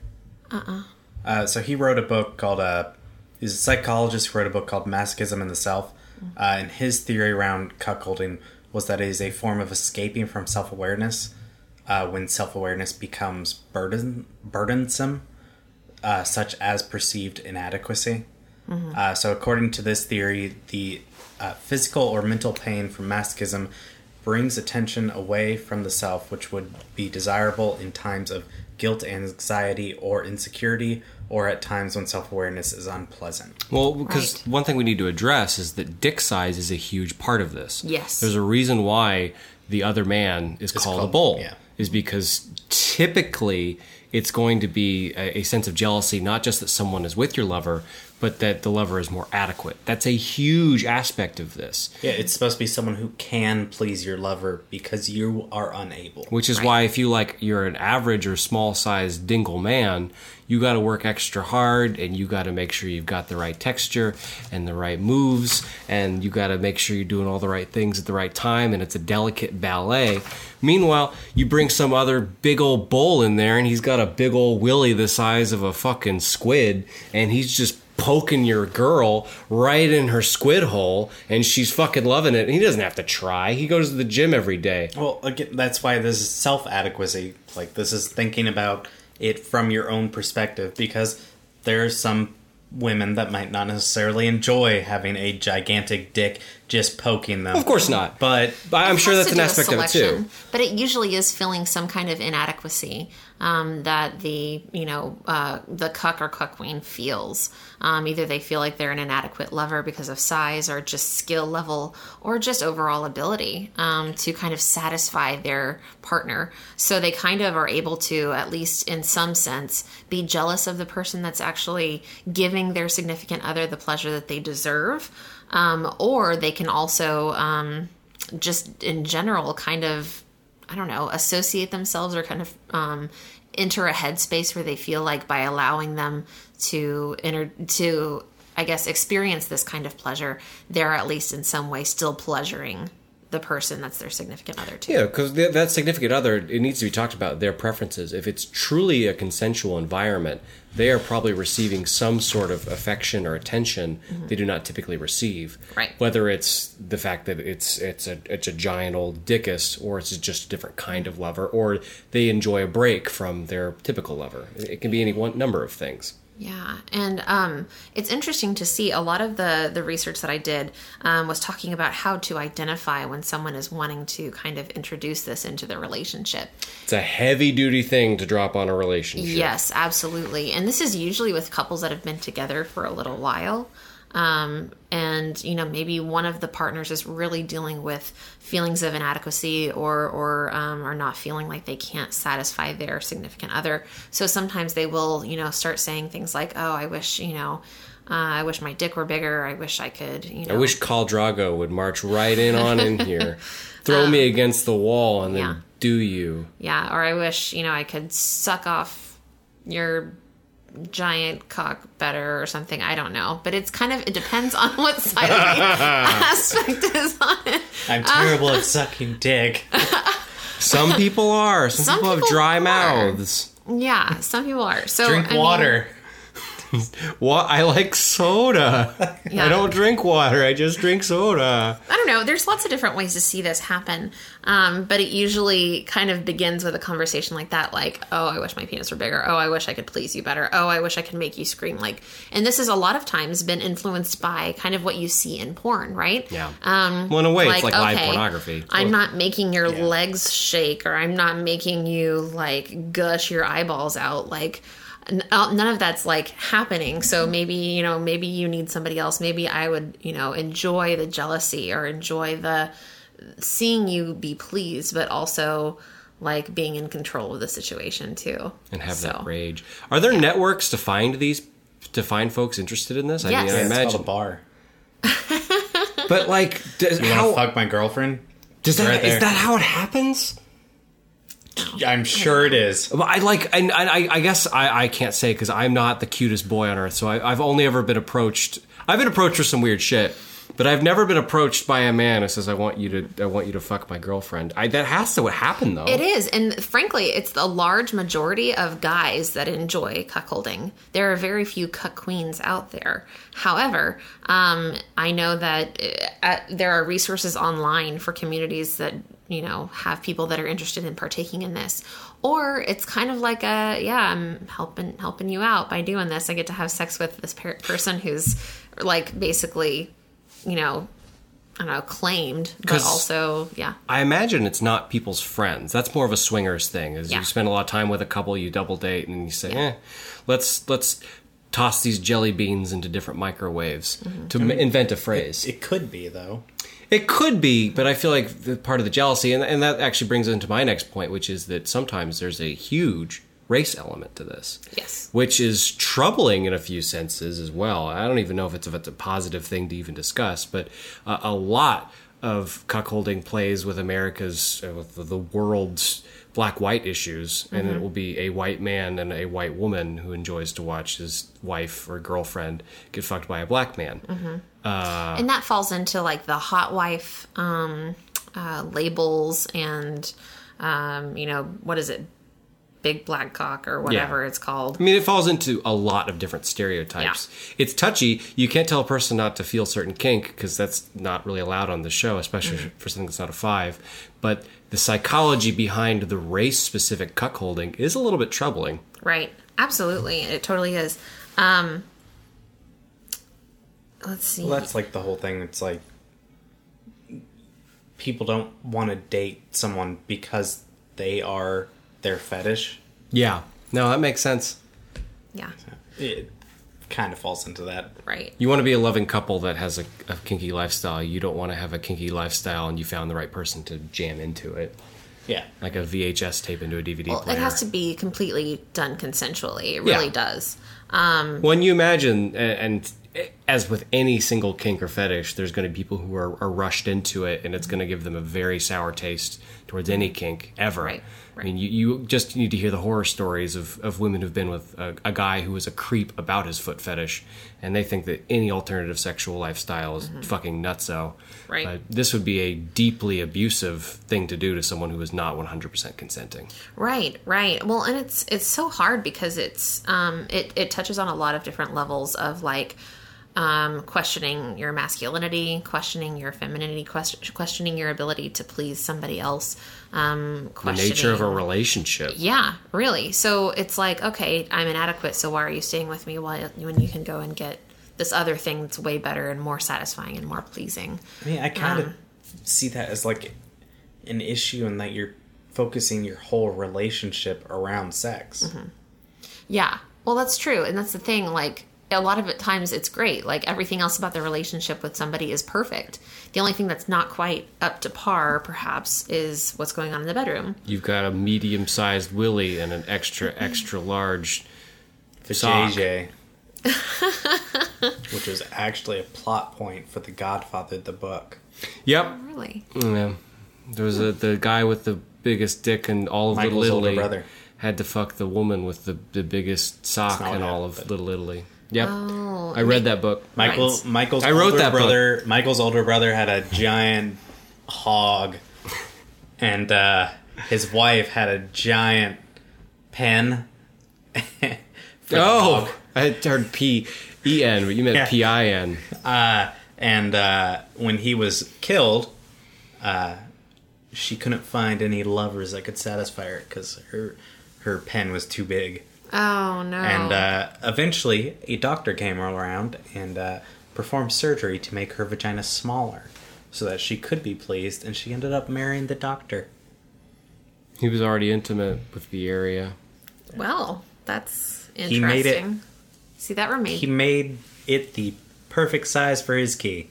[SPEAKER 2] Uh-uh. Uh, so he wrote a book called, uh, he's a psychologist who wrote a book called Masochism in the Self. Uh, and his theory around cuckolding was that it is a form of escaping from self-awareness uh, when self awareness becomes burden burdensome, uh, such as perceived inadequacy. Uh, so, according to this theory, the uh, physical or mental pain from masochism brings attention away from the self, which would be desirable in times of guilt, anxiety, or insecurity, or at times when self awareness is unpleasant.
[SPEAKER 1] Well, because
[SPEAKER 3] Right.
[SPEAKER 1] one thing we need to address is that dick size is a huge part of this.
[SPEAKER 3] Yes.
[SPEAKER 1] There's a reason why the other man is called,
[SPEAKER 2] called-
[SPEAKER 1] a bull.
[SPEAKER 2] yeah.
[SPEAKER 1] Is because typically it's going to be a, a sense of jealousy, not just that someone is with your lover, but that the lover is more adequate. That's a huge aspect of this.
[SPEAKER 2] Yeah, it's supposed to be someone who can please your lover because you are unable.
[SPEAKER 1] Which is why if you like you're an average or small sized dingle man, you got to work extra hard and you got to make sure you've got the right texture and the right moves and you got to make sure you're doing all the right things at the right time and it's a delicate ballet. Meanwhile, you bring some other big old bull in there and he's got a big old willy the size of a fucking squid and he's just poking your girl right in her squid hole and she's fucking loving it and he doesn't have to try. He goes to the gym every day.
[SPEAKER 2] Well, again, that's why this is self adequacy. Like, this is thinking about it from your own perspective because there are some women that might not necessarily enjoy having a gigantic dick just poking them.
[SPEAKER 1] Of course not.
[SPEAKER 2] But
[SPEAKER 1] But I'm sure
[SPEAKER 3] has
[SPEAKER 1] that's
[SPEAKER 3] to
[SPEAKER 1] an
[SPEAKER 3] do
[SPEAKER 1] aspect
[SPEAKER 3] with
[SPEAKER 1] of it
[SPEAKER 3] selection,
[SPEAKER 1] too.
[SPEAKER 3] But it usually is feeling some kind of inadequacy um, that the you know uh, the cuck or cuck queen feels. Um, either they feel like they're an inadequate lover because of size, or just skill level, or just overall ability um, to kind of satisfy their partner. So they kind of are able to, at least in some sense, be jealous of the person that's actually giving their significant other the pleasure that they deserve. Um, or they can also um, just in general kind of i don't know associate themselves or kind of um, enter a headspace where they feel like by allowing them to enter to i guess experience this kind of pleasure they're at least in some way still pleasuring the person that's their significant other too
[SPEAKER 1] Yeah, because that significant other, it needs to be talked about their preferences. If it's truly a consensual environment, they are probably receiving some sort of affection or attention they do not typically receive.
[SPEAKER 3] Mm-hmm. Right.
[SPEAKER 1] Whether it's the fact that it's it's a it's a giant old dickus, or it's just a different kind of lover, or they enjoy a break from their typical lover. It it can be any one number of things.
[SPEAKER 3] Yeah, and um, it's interesting to see a lot of the the research that I did um, was talking about how to identify when someone is wanting to kind of introduce this into the relationship.
[SPEAKER 1] It's a heavy duty thing to drop on a relationship.
[SPEAKER 3] Yes, absolutely, and this is usually with couples that have been together for a little while. Um, and you know maybe one of the partners is really dealing with feelings of inadequacy or or um, or not feeling like they can't satisfy their significant other so sometimes they will you know start saying things like oh i wish you know uh, i wish my dick were bigger i wish i could you know
[SPEAKER 1] I wish Khal Drago would march right in on in here, throw me against the wall, and then
[SPEAKER 3] yeah.
[SPEAKER 1] do you.
[SPEAKER 3] yeah or i wish you know i could suck off your giant cock better or something i don't know but it's kind of it depends on what side of the aspect is on it
[SPEAKER 2] I'm terrible at sucking dick.
[SPEAKER 1] Some people are. Some,
[SPEAKER 3] Some
[SPEAKER 1] people,
[SPEAKER 3] people
[SPEAKER 1] have dry
[SPEAKER 3] are.
[SPEAKER 1] mouths.
[SPEAKER 3] yeah some people are so
[SPEAKER 2] Drink
[SPEAKER 3] I mean,
[SPEAKER 2] water.
[SPEAKER 1] What? I like soda.
[SPEAKER 3] Yeah.
[SPEAKER 1] I don't drink water. I just drink soda.
[SPEAKER 3] I don't know. There's lots of different ways to see this happen, um, but it usually kind of begins with a conversation like that, like, "Oh, I wish my penis were bigger. Oh, I wish I could please you better. Oh, I wish I could make you scream." Like, and this has a lot of times been influenced by kind of what you see in porn, right?
[SPEAKER 1] Yeah.
[SPEAKER 3] Um,
[SPEAKER 1] Well, in a way, it's like live
[SPEAKER 3] okay,
[SPEAKER 1] pornography.
[SPEAKER 3] I'm not making your legs shake, or I'm not making you like gush your eyeballs out, like. n- uh, None of that's like happening. So maybe, you know, maybe you need somebody else. Maybe I would, you know, enjoy the jealousy or enjoy the seeing you be pleased, but also like being in control of the situation too.
[SPEAKER 1] and have
[SPEAKER 3] So-
[SPEAKER 1] that rage. Are there networks to find these? To find folks interested in this, I
[SPEAKER 3] Yes.
[SPEAKER 1] mean, I
[SPEAKER 3] Yeah,
[SPEAKER 2] It's called a
[SPEAKER 1] imagine.
[SPEAKER 2] bar.
[SPEAKER 1] But like, does,
[SPEAKER 2] You want to
[SPEAKER 1] how
[SPEAKER 2] fuck my girlfriend?
[SPEAKER 1] does that is
[SPEAKER 2] right there.
[SPEAKER 1] that how it happens?
[SPEAKER 2] I'm sure it is.
[SPEAKER 1] Well, I like, and and I, I guess I, I can't say because I'm not the cutest boy on earth. So I, I've only ever been approached. I've been approached for some weird shit, but I've never been approached by a man who says, "I want you to, I want you to fuck my girlfriend." I, that has to happen though.
[SPEAKER 3] It is, and frankly, it's the large majority of guys that enjoy cuckolding. There are very few cuck queens out there. However, um, I know that uh, uh, there are resources online for communities that you know, have people that are interested in partaking in this. Or it's kind of like a, yeah, I'm helping helping you out by doing this. I get to have sex with this per- person who's like basically, you know, I don't know, claimed, but
[SPEAKER 1] 'Cause-
[SPEAKER 3] also, yeah.
[SPEAKER 1] I imagine it's not people's friends. That's more of a swingers thing. Is
[SPEAKER 3] Yeah.
[SPEAKER 1] you spend a lot of time with a couple, you double date, and you say, "Eh, let's let's toss these jelly beans into different microwaves
[SPEAKER 3] Mm-hmm.
[SPEAKER 1] to m invent a phrase." It,
[SPEAKER 2] It could be though.
[SPEAKER 1] could be, but I feel like the part of the jealousy, and, and that actually brings into my next point, which is that sometimes there's a huge race element to this.
[SPEAKER 3] Yes.
[SPEAKER 1] Which is troubling in a few senses as well. I don't even know if it's, if it's a positive thing to even discuss, but uh, a lot of cuckolding plays with America's, uh, with the- the world's black white issues, and it will be a white man and a white woman who enjoys to watch his wife or girlfriend get fucked by a black man.
[SPEAKER 3] and that falls into like the hot wife um, uh, labels and um, you know what is it big black cock or whatever it's called
[SPEAKER 1] I mean, it falls into a lot of different stereotypes. It's touchy. You can't tell a person not to feel certain kink because that's not really allowed on the show, especially
[SPEAKER 3] Mm-hmm.
[SPEAKER 1] for something that's not a five. But the psychology behind the race specific cuckolding is a little bit troubling.
[SPEAKER 3] right absolutely it totally is um, let's see
[SPEAKER 2] Well, that's like the whole thing. It's like people don't want to date someone because they are their fetish.
[SPEAKER 1] Yeah. No, that makes sense.
[SPEAKER 3] yeah
[SPEAKER 2] It kind of falls into that.
[SPEAKER 3] right
[SPEAKER 1] You want to be a loving couple that has a, a kinky lifestyle. You don't want to have a kinky lifestyle and you found the right person to jam into it,
[SPEAKER 2] Yeah.
[SPEAKER 1] like a VHS tape into a DVD
[SPEAKER 3] well,
[SPEAKER 1] player.
[SPEAKER 3] it has to be completely done consensually it really
[SPEAKER 1] Yeah.
[SPEAKER 3] does
[SPEAKER 1] When you imagine, a- and as with any single kink or fetish, there's going to be people who are, are rushed into it, and it's going to give them a very sour taste towards any kink ever.
[SPEAKER 3] Right,
[SPEAKER 1] I mean, you, you just need to hear the horror stories of, of women who've been with a, a guy who was a creep about his foot fetish, and they think that any alternative sexual lifestyle is fucking nutso.
[SPEAKER 3] Mm-hmm. Right.
[SPEAKER 1] But this would be a deeply abusive thing to do to someone who is not 100% consenting.
[SPEAKER 3] Right, right. Well, and it's it's so hard because it's um it it touches on a lot of different levels of like um questioning your masculinity, questioning your femininity, quest- questioning your ability to please somebody else, um
[SPEAKER 1] The
[SPEAKER 3] questioning
[SPEAKER 1] nature of a relationship.
[SPEAKER 3] yeah, really. So it's like, okay, I'm inadequate, so why are you staying with me while when you can go and get this other thing that's way better and more satisfying and more pleasing?
[SPEAKER 2] I mean, I kind of see that as like an issue in that you're focusing your whole relationship around sex.
[SPEAKER 3] Yeah. Well, that's true. And that's the thing. Like, a lot of it times it's great. Like, everything else about the relationship with somebody is perfect. The only thing that's not quite up to par, perhaps, is what's going on in the bedroom.
[SPEAKER 1] You've got a medium sized willy and an extra,
[SPEAKER 2] Mm-hmm.
[SPEAKER 1] extra large.
[SPEAKER 2] The
[SPEAKER 1] Sock.
[SPEAKER 2] JJ. which was actually a plot point for The Godfather, the book.
[SPEAKER 1] Yep.
[SPEAKER 3] Really?
[SPEAKER 2] Mm-hmm.
[SPEAKER 1] Yeah. There was a, the guy with the biggest dick and all of
[SPEAKER 2] Michael's
[SPEAKER 1] Little
[SPEAKER 2] older
[SPEAKER 1] Italy
[SPEAKER 2] brother.
[SPEAKER 1] had to fuck the woman with the, the biggest sock
[SPEAKER 2] not Oh. what
[SPEAKER 1] in all of
[SPEAKER 2] happened.
[SPEAKER 1] Little Italy. Yep. I read that book.
[SPEAKER 2] Michael,
[SPEAKER 3] Right.
[SPEAKER 2] Michael's
[SPEAKER 1] I wrote
[SPEAKER 2] older
[SPEAKER 1] that book.
[SPEAKER 2] brother. Michael's older brother had a giant hog, and uh, his wife had a giant pen. for the hog.
[SPEAKER 1] Oh, I had heard P E N, but you meant
[SPEAKER 2] Yeah.
[SPEAKER 1] P I N.
[SPEAKER 2] and uh, when he was killed, uh, she couldn't find any lovers that could satisfy her because her her pen was too big.
[SPEAKER 3] Oh, no.
[SPEAKER 2] And uh, eventually, a doctor came around and uh, performed surgery to make her vagina smaller so that she could be pleased, and she ended up marrying the doctor.
[SPEAKER 1] He was already intimate with the area.
[SPEAKER 3] well, that's interesting.
[SPEAKER 2] made it-
[SPEAKER 3] See, that remained.
[SPEAKER 2] He made it the perfect size for his key.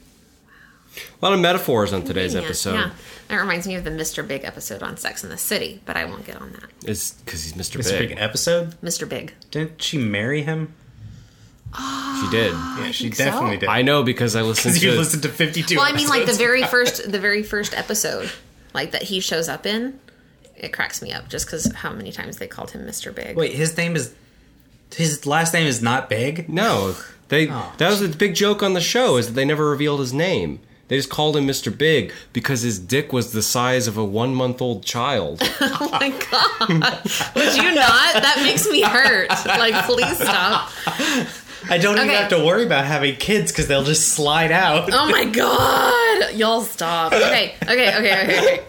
[SPEAKER 1] A lot of metaphors on today's
[SPEAKER 3] convenient.
[SPEAKER 1] episode.
[SPEAKER 3] Yeah. That reminds me of the Mr. Big episode on Sex in the City, but I won't get on that.
[SPEAKER 1] It's because he's Mr.
[SPEAKER 2] It's a
[SPEAKER 1] Big.
[SPEAKER 2] big episode.
[SPEAKER 3] Mr. Big.
[SPEAKER 2] Didn't she marry him?
[SPEAKER 1] She did.
[SPEAKER 2] Yeah, she
[SPEAKER 3] think so.
[SPEAKER 2] definitely did.
[SPEAKER 1] I know because I listened
[SPEAKER 2] Because you
[SPEAKER 1] to
[SPEAKER 2] listened to 52
[SPEAKER 3] Well, I mean, like the
[SPEAKER 2] episodes.
[SPEAKER 3] very first, the very first episode, like that he shows up in, it cracks me up just because how many times they called him Mister Big.
[SPEAKER 2] Wait, his name is... His last name is not Big?
[SPEAKER 1] No, they.
[SPEAKER 2] Oh.
[SPEAKER 1] that was the big joke on the show is that they never revealed his name. They just called him Mr. Big because his dick was the size of a one-month-old child.
[SPEAKER 3] Oh my god! Would you not? That makes me hurt. Like, please stop.
[SPEAKER 2] I don't even
[SPEAKER 3] Okay.
[SPEAKER 2] have to worry about having kids because they'll just slide out.
[SPEAKER 3] Oh my god! Y'all stop. Okay, okay, okay, okay. okay.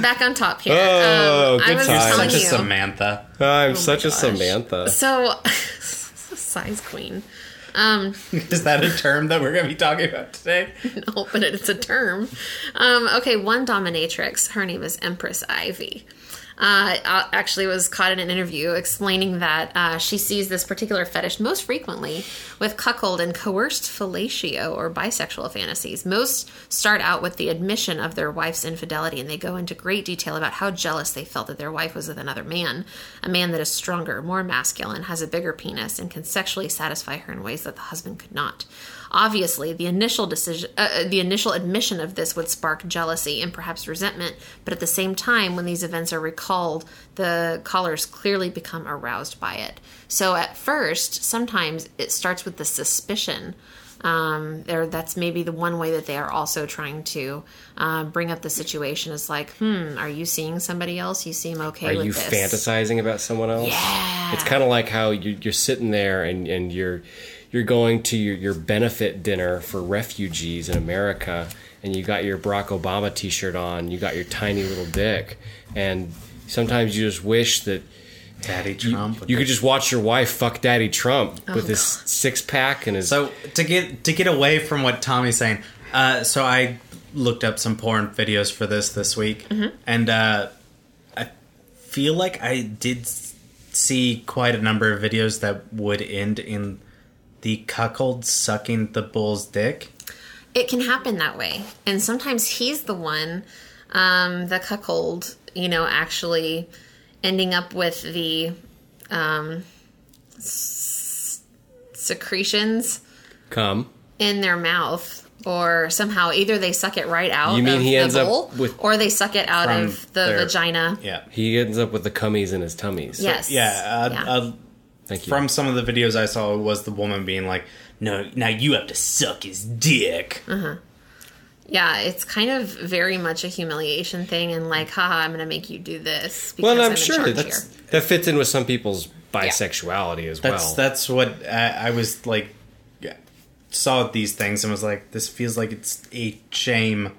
[SPEAKER 3] back on top here. Um,
[SPEAKER 1] Oh,
[SPEAKER 3] I
[SPEAKER 1] good
[SPEAKER 3] was
[SPEAKER 1] times.
[SPEAKER 3] telling
[SPEAKER 2] Such a
[SPEAKER 3] you.
[SPEAKER 2] Samantha.
[SPEAKER 1] I'm
[SPEAKER 3] Oh my
[SPEAKER 1] such a
[SPEAKER 3] gosh.
[SPEAKER 1] Samantha.
[SPEAKER 3] so, size queen. Um,
[SPEAKER 2] Is that a term that we're going to be talking about today?
[SPEAKER 3] no, but it's a term. Um, okay, one dominatrix. Her name is Empress Ivy. Uh, I actually was caught in an interview explaining that uh, she sees this particular fetish most frequently with cuckold and coerced fellatio or bisexual fantasies. Most start out with the admission of their wife's infidelity, and they go into great detail about how jealous they felt that their wife was with another man, a man that is stronger, more masculine, has a bigger penis, and can sexually satisfy her in ways that the husband could not. Obviously, the initial decision, uh, uh, the initial admission of this would spark jealousy and perhaps resentment. But at the same time, when these events are recalled, the callers clearly become aroused by it. So at first, sometimes it starts with the suspicion. Um, or that's maybe the one way that they are also trying to uh, bring up the situation is like, hmm, are you seeing somebody else? You seem okay
[SPEAKER 1] Are
[SPEAKER 3] with
[SPEAKER 1] you
[SPEAKER 3] this.
[SPEAKER 1] fantasizing about someone else?
[SPEAKER 3] Yeah.
[SPEAKER 1] It's kind of like how you, you're sitting there and, and you're you're going to your, your benefit dinner for refugees in America, and you got your Barack Obama T-shirt on, you got your tiny little dick, and sometimes you just wish that
[SPEAKER 2] Daddy
[SPEAKER 1] you,
[SPEAKER 2] Trump.
[SPEAKER 1] you could just watch your wife fuck Daddy Trump with his six pack and his.
[SPEAKER 2] So to get to get away from what Tommy's saying, uh, so I looked up some porn videos for this this week,
[SPEAKER 3] Mm-hmm.
[SPEAKER 2] and uh, I feel like I did s- see quite a number of videos that would end in the cuckold sucking the bull's dick.
[SPEAKER 3] it can happen that way and sometimes he's the one um the cuckold you know actually ending up with the um s- secretions
[SPEAKER 1] come.
[SPEAKER 3] in their mouth or somehow either they suck it right out
[SPEAKER 1] You mean
[SPEAKER 3] of
[SPEAKER 1] he
[SPEAKER 3] the
[SPEAKER 1] ends up
[SPEAKER 3] bowl,
[SPEAKER 1] with-
[SPEAKER 3] or they suck it out
[SPEAKER 2] From
[SPEAKER 3] of the
[SPEAKER 2] their-
[SPEAKER 3] vagina
[SPEAKER 2] Yeah,
[SPEAKER 1] He ends up with the cummies in his tummies.
[SPEAKER 3] yes
[SPEAKER 2] yeah. Uh,
[SPEAKER 3] Yeah.
[SPEAKER 2] Uh,
[SPEAKER 1] Thank you.
[SPEAKER 2] from some of the videos I saw, was the woman being like, "No, now you have to suck his dick."
[SPEAKER 3] Yeah, it's kind of very much a humiliation thing and like haha i'm gonna make you do this because
[SPEAKER 1] well, and I'm,
[SPEAKER 3] in
[SPEAKER 1] sure
[SPEAKER 3] charge
[SPEAKER 1] that's,
[SPEAKER 3] here.
[SPEAKER 1] that fits in with some people's bisexuality as
[SPEAKER 2] That's
[SPEAKER 1] well.
[SPEAKER 2] that's what I, I was like. yeah, Saw these things and was like, "This feels like it's a shame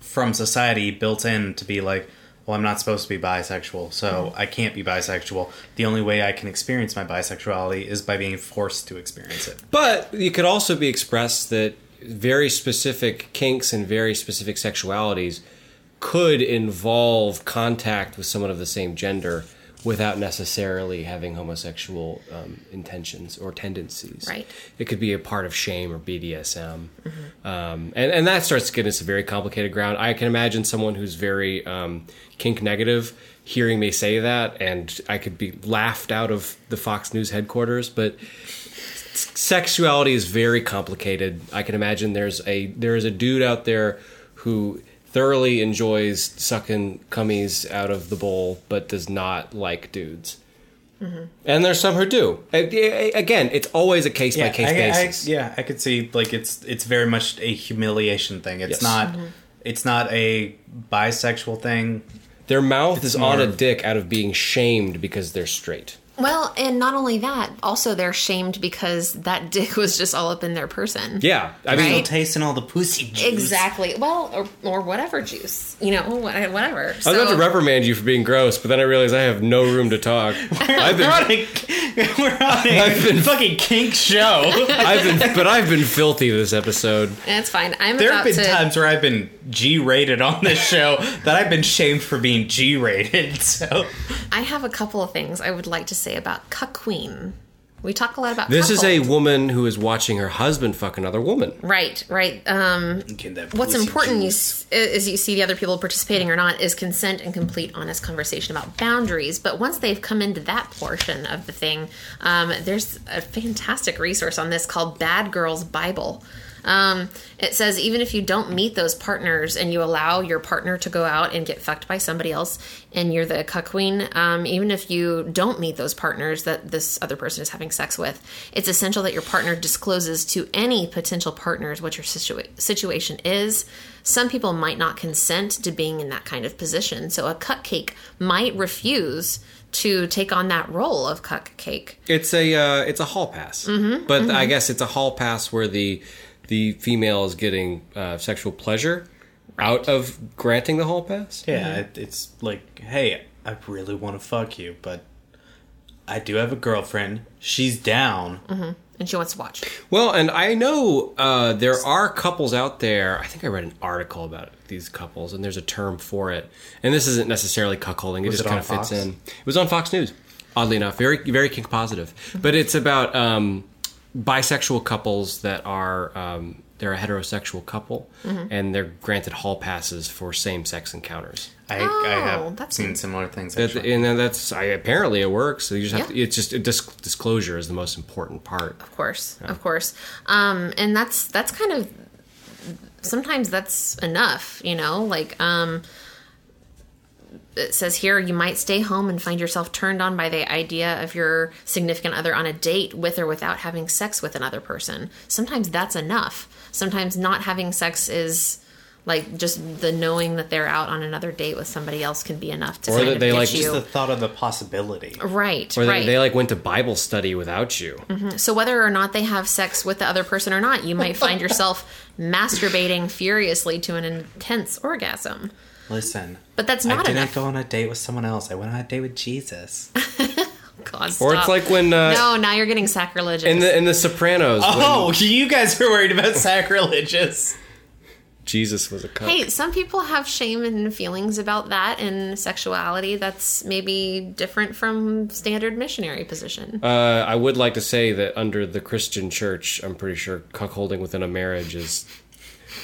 [SPEAKER 2] from society built in to be like, well, I'm not supposed to be bisexual, so I can't be bisexual. The only way I can experience my bisexuality is by being forced to experience it."
[SPEAKER 1] But you could also be expressed that very specific kinks and very specific sexualities could involve contact with someone of the same gender without necessarily having homosexual um, intentions or tendencies.
[SPEAKER 3] Right.
[SPEAKER 1] It could be a part of shame or BDSM. Um, and, and that starts to get into very complicated ground. I can imagine someone who's very um, kink negative hearing me say that, and I could be laughed out of the Fox News headquarters, but sexuality is very complicated. I can imagine there's a there is a dude out there who thoroughly enjoys sucking cummies out of the bowl, but does not like dudes.
[SPEAKER 2] Mm-hmm.
[SPEAKER 1] And there's some who do. A- a- Again, it's always a case by case
[SPEAKER 2] I- I-
[SPEAKER 1] basis.
[SPEAKER 2] yeah, I could see like it's it's very much a humiliation thing. It's
[SPEAKER 1] Yes.
[SPEAKER 2] not
[SPEAKER 3] Mm-hmm.
[SPEAKER 2] it's not a bisexual thing.
[SPEAKER 1] Their mouth is on
[SPEAKER 2] more
[SPEAKER 1] a
[SPEAKER 2] of-
[SPEAKER 1] dick out of being shamed because they're straight.
[SPEAKER 3] Well, and not only that, also they're shamed because that dick was just all up in their person.
[SPEAKER 1] Yeah, I mean,
[SPEAKER 3] Right.
[SPEAKER 2] Tasting all the pussy juice.
[SPEAKER 3] Exactly. Well, or, or whatever juice, you know, wha- whatever.
[SPEAKER 1] I
[SPEAKER 3] So,
[SPEAKER 1] was about to reprimand you for being gross, but then I realized I have no room to talk. I've
[SPEAKER 2] We're
[SPEAKER 1] been,
[SPEAKER 2] on a, we're on a
[SPEAKER 1] I've been-
[SPEAKER 2] fucking kink show.
[SPEAKER 1] I've been, but I've been filthy this episode.
[SPEAKER 3] That's fine. I'm
[SPEAKER 2] There have
[SPEAKER 3] about
[SPEAKER 2] been
[SPEAKER 3] to.
[SPEAKER 2] times where I've been G-rated on this show that I've been shamed for being G-rated. So
[SPEAKER 3] I have a couple of things I would like to say about Cuck Queen. We talk a lot about
[SPEAKER 1] This is a
[SPEAKER 3] cuckold.
[SPEAKER 1] woman who is watching her husband fuck another woman.
[SPEAKER 3] right, right. Um, what's important you, s- is you see the other people participating or not is consent and complete honest conversation about boundaries but once they've come into that portion of the thing um, there's a fantastic resource on this called bad girls bible um, it says even if you don't meet those partners and you allow your partner to go out and get fucked by somebody else and you're the cuck queen um, even if you don't meet those partners that this other person is having sex with it's essential that your partner discloses to any potential partners what your situa- situation is some people might not consent to being in that kind of position so a cupcake might refuse to take on that role of cupcake
[SPEAKER 1] It's a uh, it's a hall pass, but I guess it's a hall pass where the the female is getting uh, sexual pleasure out of granting the hall pass?
[SPEAKER 2] Yeah, it, it's like, hey, I really want to fuck you, but I do have a girlfriend. She's down.
[SPEAKER 3] and she wants to watch.
[SPEAKER 1] Well, and I know uh, there are couples out there. I think I read an article about these couples, and there's a term for it. And this isn't necessarily cuckolding; it just
[SPEAKER 2] it
[SPEAKER 1] kind
[SPEAKER 2] on
[SPEAKER 1] of fits
[SPEAKER 2] Fox?
[SPEAKER 1] in. It was on Fox News, oddly enough, very very kink positive. But it's about um, bisexual couples that are um, they're a heterosexual couple,
[SPEAKER 3] Mm-hmm.
[SPEAKER 1] and they're granted hall passes for same sex encounters.
[SPEAKER 2] I, I
[SPEAKER 3] Oh,
[SPEAKER 2] have
[SPEAKER 3] that's
[SPEAKER 2] seen
[SPEAKER 3] neat.
[SPEAKER 2] similar things.
[SPEAKER 1] That-
[SPEAKER 2] Actually.
[SPEAKER 1] and then that's I, apparently it works. So you just have
[SPEAKER 3] Yeah.
[SPEAKER 1] to, it's just dis- disclosure is the most important part.
[SPEAKER 3] Of course, of course, um, and that's that's kind of sometimes that's enough, you know. Like um, it says here, you might stay home and find yourself turned on by the idea of your significant other on a date with or without having sex with another person. Sometimes that's enough. Sometimes not having sex is like just the knowing that they're out on another date with somebody else can be enough to
[SPEAKER 1] Or
[SPEAKER 3] kind
[SPEAKER 1] that
[SPEAKER 3] of
[SPEAKER 1] they,
[SPEAKER 3] get
[SPEAKER 1] like,
[SPEAKER 2] Just
[SPEAKER 3] you
[SPEAKER 2] the thought of the possibility.
[SPEAKER 3] right
[SPEAKER 1] Or they,
[SPEAKER 3] right
[SPEAKER 1] they like went to Bible study without you.
[SPEAKER 3] So whether or not they have sex with the other person or not, you might find yourself masturbating furiously to an intense orgasm.
[SPEAKER 2] Listen,
[SPEAKER 3] But that's
[SPEAKER 2] I
[SPEAKER 3] not
[SPEAKER 2] didn't
[SPEAKER 3] enough. Oh.
[SPEAKER 2] go on a date with someone else. I went on a date with Jesus.
[SPEAKER 3] God,
[SPEAKER 1] Or
[SPEAKER 3] stop.
[SPEAKER 1] it's like when uh,
[SPEAKER 3] no, now you're getting sacrilegious.
[SPEAKER 1] in the in the Sopranos when
[SPEAKER 2] Oh, you guys are worried about sacrilegious.
[SPEAKER 1] Jesus was a cunt.
[SPEAKER 3] hey, some people have shame and feelings about that and sexuality. That's maybe different from standard missionary position.
[SPEAKER 1] Uh, I would like to say that under the Christian Church, I'm pretty sure cuckolding within a marriage is.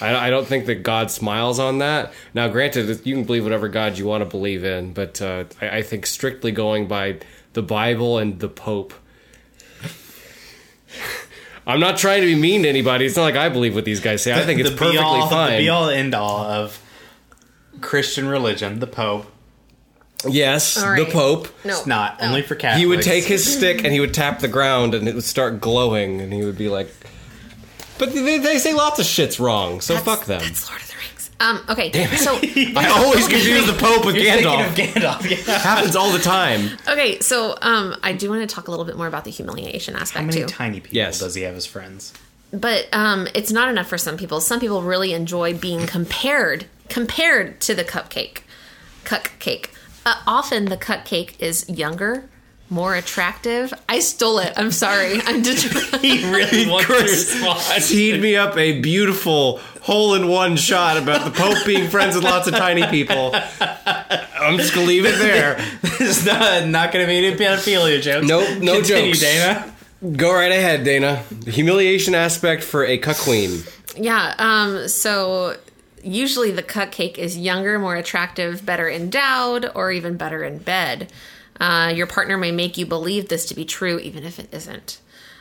[SPEAKER 1] I, I don't think that God smiles on that. Now, granted, you can believe whatever God you want to believe in, but uh, I, I think strictly going by the Bible and the Pope. I'm not trying to be mean to anybody. It's not like I believe what these guys say. I think it's
[SPEAKER 2] the
[SPEAKER 1] perfectly
[SPEAKER 2] be all, The
[SPEAKER 1] fine.
[SPEAKER 2] be all end all of Christian religion, the Pope.
[SPEAKER 1] yes,
[SPEAKER 3] All right.
[SPEAKER 1] the Pope.
[SPEAKER 3] no,
[SPEAKER 2] It's not
[SPEAKER 3] no.
[SPEAKER 2] only for Catholics.
[SPEAKER 1] He would take his stick and he would tap the ground and it would start glowing and he would be like, "But they, they say lots of shit's wrong, so
[SPEAKER 3] That's-
[SPEAKER 1] fuck them."
[SPEAKER 3] That's Lord of the Rings. Um, okay, so
[SPEAKER 1] I always confuse the Pope with
[SPEAKER 2] You're thinking
[SPEAKER 1] Gandalf.
[SPEAKER 2] of Gandalf. Yeah.
[SPEAKER 1] Happens all the time.
[SPEAKER 3] okay, so um, I do want to talk a little bit more about the humiliation aspect
[SPEAKER 2] How many
[SPEAKER 3] too.
[SPEAKER 2] tiny people
[SPEAKER 1] Yes.
[SPEAKER 2] does he have as friends?
[SPEAKER 3] but um, it's not enough for some people. Some people really enjoy being compared compared to the cupcake, cupcake. Uh, often the cupcake is younger, more attractive. I stole it. I'm sorry. I'm just.
[SPEAKER 2] He really wants to respond.
[SPEAKER 1] Teed me up a beautiful hole-in-one shot about the Pope being friends with lots of tiny people. I'm just gonna leave it there.
[SPEAKER 2] It's not, not going to be any pedophilia jokes.
[SPEAKER 1] Nope, no
[SPEAKER 2] Continue,
[SPEAKER 1] jokes.
[SPEAKER 2] Dana.
[SPEAKER 1] Go right ahead, Dana. The humiliation aspect for a cuck queen.
[SPEAKER 3] Yeah. Um, so usually the cupcake is younger, more attractive, better endowed, or even better in bed. Uh, your partner may make you believe this to be true, even if it isn't.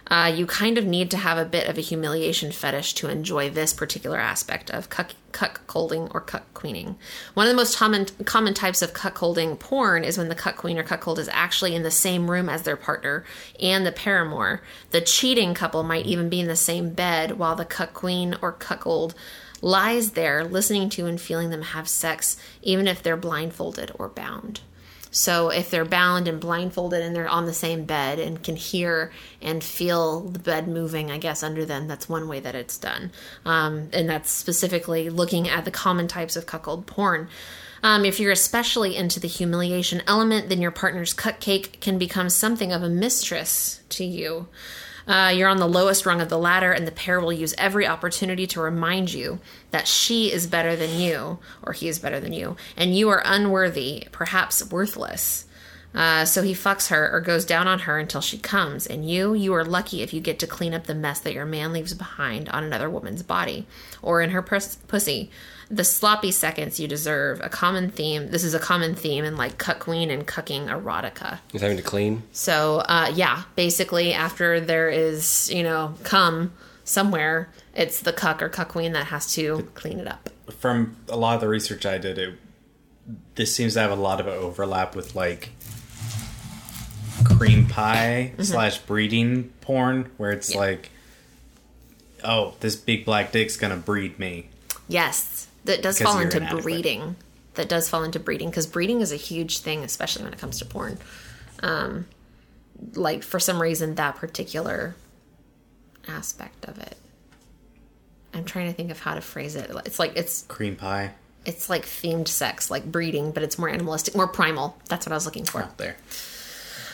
[SPEAKER 3] Uh, you kind of need to have a bit of a humiliation fetish to enjoy this particular aspect of cuck, cuck holding or cuck queening. One of the most common, common types of cuck holding porn is when the cuck queen or cuckold is actually in the same room as their partner and the paramour. The cheating couple might even be in the same bed while the cuck queen or cuckold lies there listening to and feeling them have sex, even if they're blindfolded or bound. So if they're bound and blindfolded and they're on the same bed and can hear and feel the bed moving, I guess under them, that's one way that it's done. Um, and that's specifically looking at the common types of cuckold porn. Um, if you're especially into the humiliation element, then your partner's cupcake can become something of a mistress to you. Uh, you're on the lowest rung of the ladder, and the pair will use every opportunity to remind you that she is better than you, or he is better than you, and you are unworthy, perhaps worthless. Uh, so he fucks her or goes down on her until she comes, and you, you are lucky if you get to clean up the mess that your man leaves behind on another woman's body or in her pus- pussy. The sloppy seconds you deserve. A common theme. This is a common theme in like cuck queen and cucking erotica.
[SPEAKER 1] Is having to clean.
[SPEAKER 3] So uh, yeah, basically after there is you know come somewhere, it's the cuck or cuck queen that has to clean it up.
[SPEAKER 2] From a lot of the research I did, it this seems to have a lot of overlap with like cream pie slash breeding porn, where it's
[SPEAKER 3] Mm-hmm. Yeah.
[SPEAKER 2] like, oh, this big black dick's going to breed me.
[SPEAKER 3] Yes, that does
[SPEAKER 2] 'Cause
[SPEAKER 3] fall
[SPEAKER 2] you're
[SPEAKER 3] into
[SPEAKER 2] inadequate.
[SPEAKER 3] breeding. That does fall into breeding because breeding is a huge thing, especially when it comes to porn. Um, like for some reason that particular aspect of it. I'm trying to think of how to phrase it. It's like it's
[SPEAKER 2] Cream pie.
[SPEAKER 3] it's like themed sex, like breeding, but it's more animalistic, more primal. That's what I was looking for.
[SPEAKER 2] Oh, there.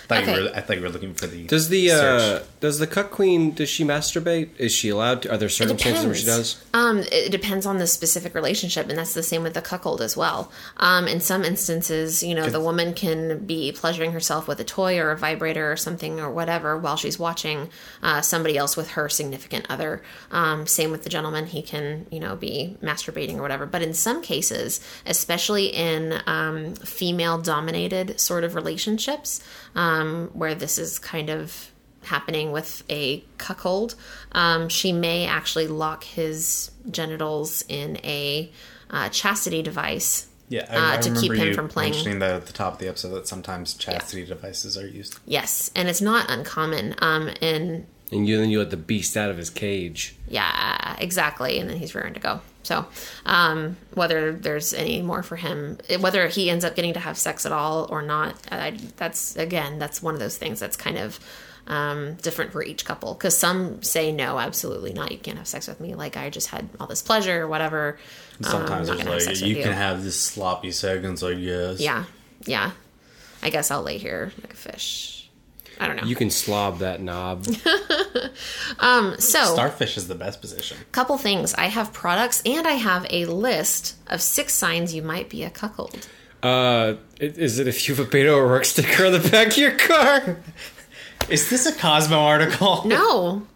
[SPEAKER 2] Thought you
[SPEAKER 3] Okay.
[SPEAKER 2] were, I thought you were looking for the.
[SPEAKER 1] Does the uh,
[SPEAKER 2] search.
[SPEAKER 1] does the cut queen does she masturbate? Is she allowed? To, are there circumstances where she
[SPEAKER 3] depends.
[SPEAKER 1] does?
[SPEAKER 3] Um, it depends on the specific relationship, and that's the same with the cuckold as well. Um, in some instances, you know, the woman can be pleasuring herself with a toy or a vibrator or something or whatever while she's watching uh, somebody else with her significant other. Um, same with the gentleman; he can, you know, be masturbating or whatever. But in some cases, especially in um, female-dominated sort of relationships, um, where this is kind of happening with a cuckold, um, she may actually lock his genitals in a uh, chastity device.
[SPEAKER 2] yeah, I,
[SPEAKER 3] uh,
[SPEAKER 2] I
[SPEAKER 3] to keep
[SPEAKER 2] remember
[SPEAKER 3] him
[SPEAKER 2] you
[SPEAKER 3] from playing.
[SPEAKER 2] mentioning that at the top of the episode that sometimes chastity devices are used.
[SPEAKER 3] Um, Yes, and it's not uncommon. Um, in
[SPEAKER 1] And you then you let the beast out of his cage.
[SPEAKER 3] yeah, exactly, and then he's rearing to go. So, um, whether there's any more for him, whether he ends up getting to have sex at all or not, I, that's again, that's one of those things that's kind of um, different for each couple. Because some say no, absolutely not, you can't have sex with me. Like I just had all this pleasure or whatever. Um,
[SPEAKER 2] Sometimes
[SPEAKER 3] I'm not
[SPEAKER 2] it's
[SPEAKER 3] gonna have
[SPEAKER 2] like
[SPEAKER 3] sex
[SPEAKER 2] you,
[SPEAKER 3] with
[SPEAKER 2] can have this sloppy seconds, I guess.
[SPEAKER 3] Yeah, yeah. I guess I'll lay here like a fish. I don't know.
[SPEAKER 1] You can slob that knob.
[SPEAKER 3] so,
[SPEAKER 2] Starfish is the best position.
[SPEAKER 3] couple things. I have products, and I have a list of six signs you might be a cuckold.
[SPEAKER 1] Uh, i- is it if you have a Beto O'Rourke sticker on the back of your car?
[SPEAKER 2] Is this a Cosmo article?
[SPEAKER 3] No,